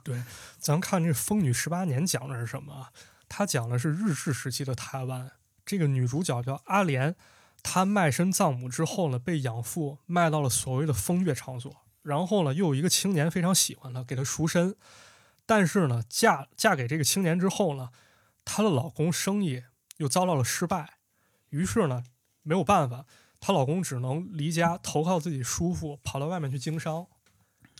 S2: 咱看这《疯女十八年》讲的是什么啊？它讲的是日治时期的台湾，这个女主角叫阿莲，她卖身葬母之后呢，被养父卖到了所谓的风月场所，然后呢，又有一个青年非常喜欢她，给她赎身，但是呢，嫁嫁给这个青年之后呢，她的老公生意又遭到了失败，于是呢，没有办法，她老公只能离家投靠自己叔父，跑到外面去经商。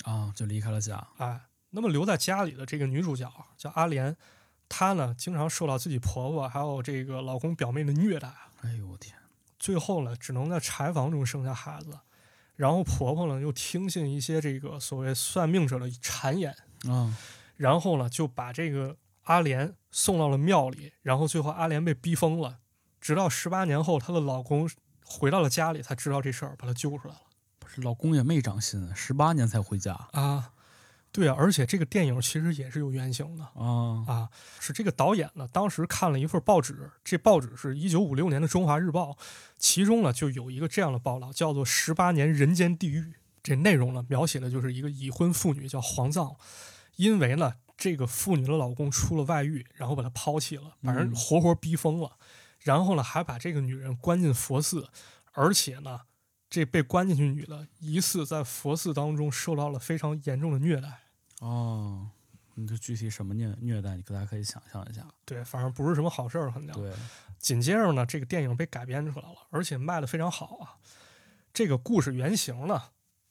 S1: 啊，就离开了家。
S2: 哎，那么留在家里的这个女主角啊叫阿莲，她呢经常受到自己婆婆还有这个老公表妹的虐待，啊
S1: 哎呦我天，
S2: 最后呢只能在柴房中生下孩子。然后婆婆呢又听信一些这个所谓算命者的谗言，
S1: 啊，
S2: 然后呢就把这个阿莲送到了庙里，然后最后阿莲被逼疯了，直到十八年后她的老公回到了家里才知道这事儿，把她救出来了。
S1: 不是老公也没长心，十八年才回家
S2: 啊，对啊，而且这个电影其实也是有原型的。
S1: 啊。
S2: 啊，是这个导演呢，当时看了一份报纸，这报纸是一九五六年的《中华日报》，其中呢就有一个这样的报道，叫做《十八年人间地狱》。这内容呢描写的就是一个已婚妇女叫黄藏，因为呢这个妇女的老公出了外遇，然后把她抛弃了，把人
S1: 嗯
S2: 活活逼疯了，然后呢还把这个女人关进佛寺，而且呢这被关进去女的疑似在佛寺当中受到了非常严重的虐待。
S1: 哦，你就具体什么虐虐待，你大家可以想象一下。
S2: 对，反正不是什么好事儿，很讲。
S1: 对，
S2: 紧接着呢，这个电影被改编出来了，而且卖的非常好啊。这个故事原型呢，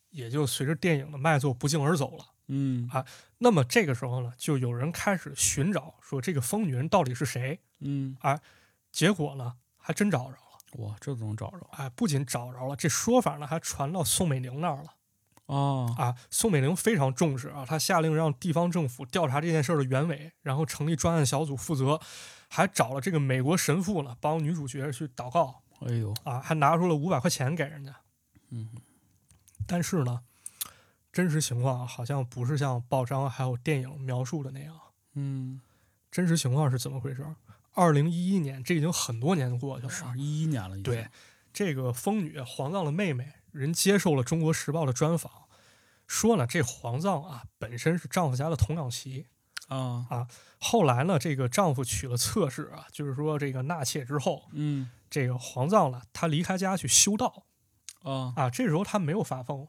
S2: 也就随着电影的卖座不胫而走了。
S1: 嗯
S2: 那么这个时候呢，就有人开始寻找，说这个疯女人到底是谁？
S1: 嗯，
S2: 结果呢，还真找着了。
S1: 哇，这都能找着
S2: 哎，不仅找着了，这说法呢还传到宋美龄那儿了。
S1: 哦，
S2: 啊，宋美龄非常重视啊，她下令让地方政府调查这件事儿的原委，然后成立专案小组负责，还找了这个美国神父呢帮女主角去祷告。
S1: 哎呦，
S2: 啊，还拿出了五百块钱给人家。
S1: 嗯，
S2: 但是呢，真实情况啊好像不是像报章还有电影描述的那样。
S1: 嗯，
S2: 真实情况是怎么回事？二零一一年，这已经很多年过去了
S1: 是
S2: 啊。
S1: 一一年了，已经
S2: 对，，这个疯女黄藏的妹妹，人接受了《中国时报》的专访，说呢，这黄藏啊本身是丈夫家的童养媳，
S1: 啊，
S2: 后来呢，这个丈夫娶了侧室啊，就是说这个纳妾之后，
S1: 嗯
S2: 这个黄藏呢，她离开家去修道，
S1: 啊，
S2: 啊，这时候他没有发疯，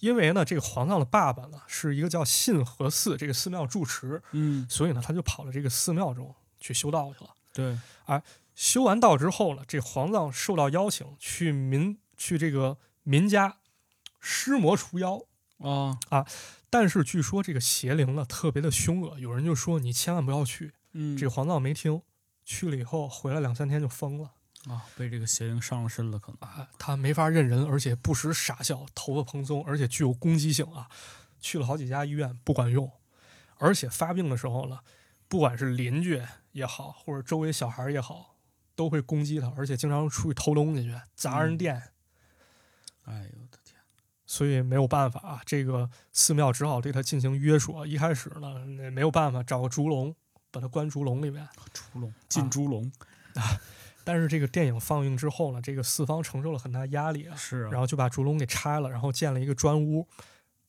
S2: 因为呢，这个皇上的爸爸呢是一个叫信和寺这个寺庙住持，
S1: 嗯，
S2: 所以呢，他就跑到这个寺庙中去修道去了。
S1: 对，
S2: 修完道之后呢，这皇上受到邀请去民去这个民家施魔除妖，
S1: 啊，
S2: 但是据说这个邪灵呢特别的凶恶，有人就说你千万不要去。
S1: 嗯，
S2: 这个皇上没听，去了以后回来两三天就疯了
S1: 啊，被这个邪灵上了身了，可能
S2: 啊，他没法认人，而且不时傻笑，头发蓬松，而且具有攻击性啊。去了好几家医院不管用，而且发病的时候呢，不管是邻居也好，或者周围小孩也好，都会攻击他，而且经常出去偷东西去，砸人店，
S1: 哎呦我的天，
S2: 所以没有办法啊，这个寺庙只好对他进行约束啊。一开始呢，那没有办法，找个竹笼把他关竹笼里面。
S1: 猪笼进猪笼、啊
S2: 但是这个电影放映之后呢，这个四方承受了很大压力啊，
S1: 是啊，
S2: 然后就把竹笼给拆了，然后建了一个砖屋，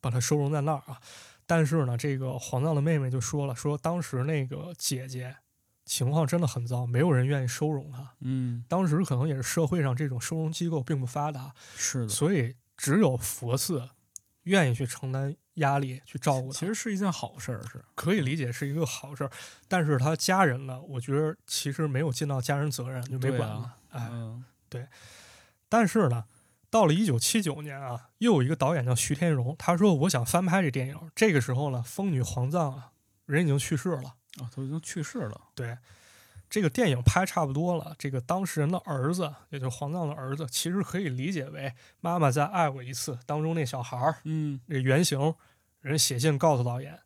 S2: 把它收容在那儿啊。但是呢，这个黄藏的妹妹就说了，说当时那个姐姐情况真的很糟，没有人愿意收容她。
S1: 嗯，
S2: 当时可能也是社会上这种收容机构并不发达，
S1: 是的，
S2: 所以只有佛寺愿意去承担压力去照顾她。
S1: 其实是一件好事儿，是
S2: 可以理解是一个好事儿，但是他家人呢，我觉得其实没有尽到家人责任，就没
S1: 对
S2: 管
S1: 啊
S2: 了。哎，
S1: 嗯，
S2: 但是呢，到了一九七九年啊，又有一个导演叫徐天荣，他说我想翻拍这电影。这个时候呢，疯女黄藏啊，人已经去世了。
S1: 哦，都已经去世了，
S2: 对，这个电影拍差不多了，这个当事人的儿子，也就是黄藏的儿子，其实可以理解为《妈妈再爱我一次》当中那小孩儿，
S1: 嗯，
S2: 这个原型，人写信告诉导演，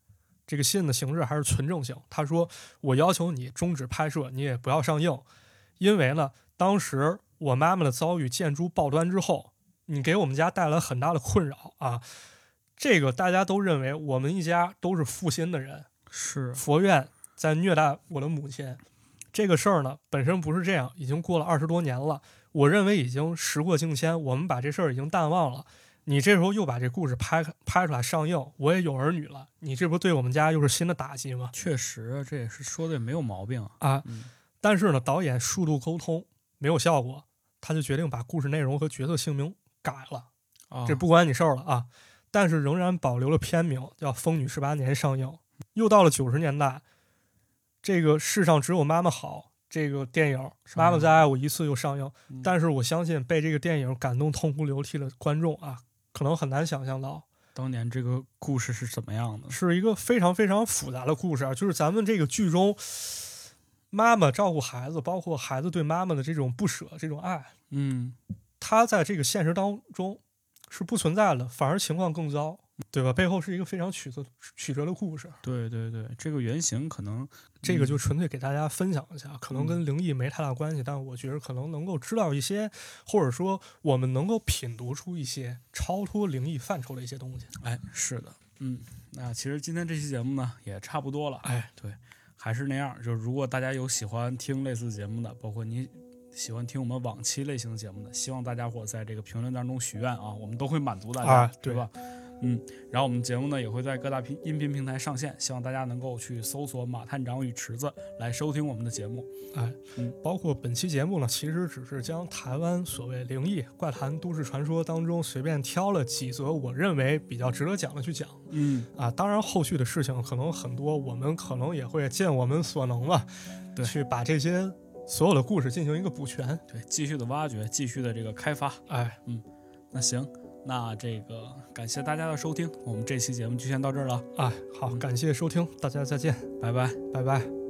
S2: 这个信的形式还是存证性。他说：“我要求你终止拍摄，你也不要上映，因为呢，当时我妈妈的遭遇建筑报端之后，你给我们家带来很大的困扰啊。这个大家都认为我们一家都是负心的人，
S1: 是
S2: 佛院在虐待我的母亲。这个事儿呢，本身不是这样，已经过了二十多年了，我认为已经时过境迁，我们把这事儿已经淡忘了。你这时候又把这故事拍拍出来上映，我也有儿女了，你这不对我们家又是新的打击吗？
S1: 确实，这也是说的也没有毛病啊，
S2: 啊！
S1: 嗯
S2: 但是呢，导演数度沟通没有效果，他就决定把故事内容和角色姓名改了。
S1: 啊
S2: 这不关你事儿了啊。但是仍然保留了片名，叫《疯女十八年》上映。又到了九十年代，这个世上只有妈妈好这个电影《
S1: 上
S2: 妈妈
S1: 映
S2: 再爱我一次》又上映。
S1: 嗯
S2: 但是我相信被这个电影感动痛哭流涕的观众啊，可能很难想象到，
S1: 当年这个故事是怎么样的？
S2: 是一个非常非常复杂的故事啊。就是咱们这个剧中，妈妈照顾孩子，包括孩子对妈妈的这种不舍、这种爱，
S1: 嗯，
S2: 它在这个现实当中是不存在的，反而情况更糟，对吧？背后是一个非常曲折曲折的故事，
S1: 对对对，这个原型可能
S2: 这个
S1: 嗯
S2: 就纯粹给大家分享一下，可能跟灵异没太大关系，但我觉得可能能够知道一些，或者说我们能够品读出一些超脱灵异范畴的一些东西。
S1: 哎，是的，嗯，那其实今天这期节目呢也差不多了，
S2: 哎，
S1: 对，还是那样，就是如果大家有喜欢听类似节目的，包括你喜欢听我们往期类型的节目的，希望大家伙在这个评论当中许愿啊，我们都会满足大家，
S2: 啊
S1: 对
S2: 对
S1: 吧？嗯，然后我们节目呢也会在各大平音频平台上线，希望大家能够去搜索“马探长与池子”来收听我们的节目。
S2: 嗯包括本期节目呢，其实只是将台湾所谓灵异、怪谈、都市传说当中随便挑了几则我认为比较值得讲的去讲。
S1: 嗯，
S2: 啊，当然后续的事情可能很多，我们可能也会尽我们所能吧，
S1: 对
S2: 去把这些所有的故事进行一个补全。
S1: 对，继续的挖掘，继续的这个开发。
S2: 哎，
S1: 那行，那这个感谢大家的
S2: 啊
S1: 收听，我们这期节目就先到这儿了，
S2: 哎，好，感谢收听，大家再见，
S1: 拜拜。
S2: 拜拜。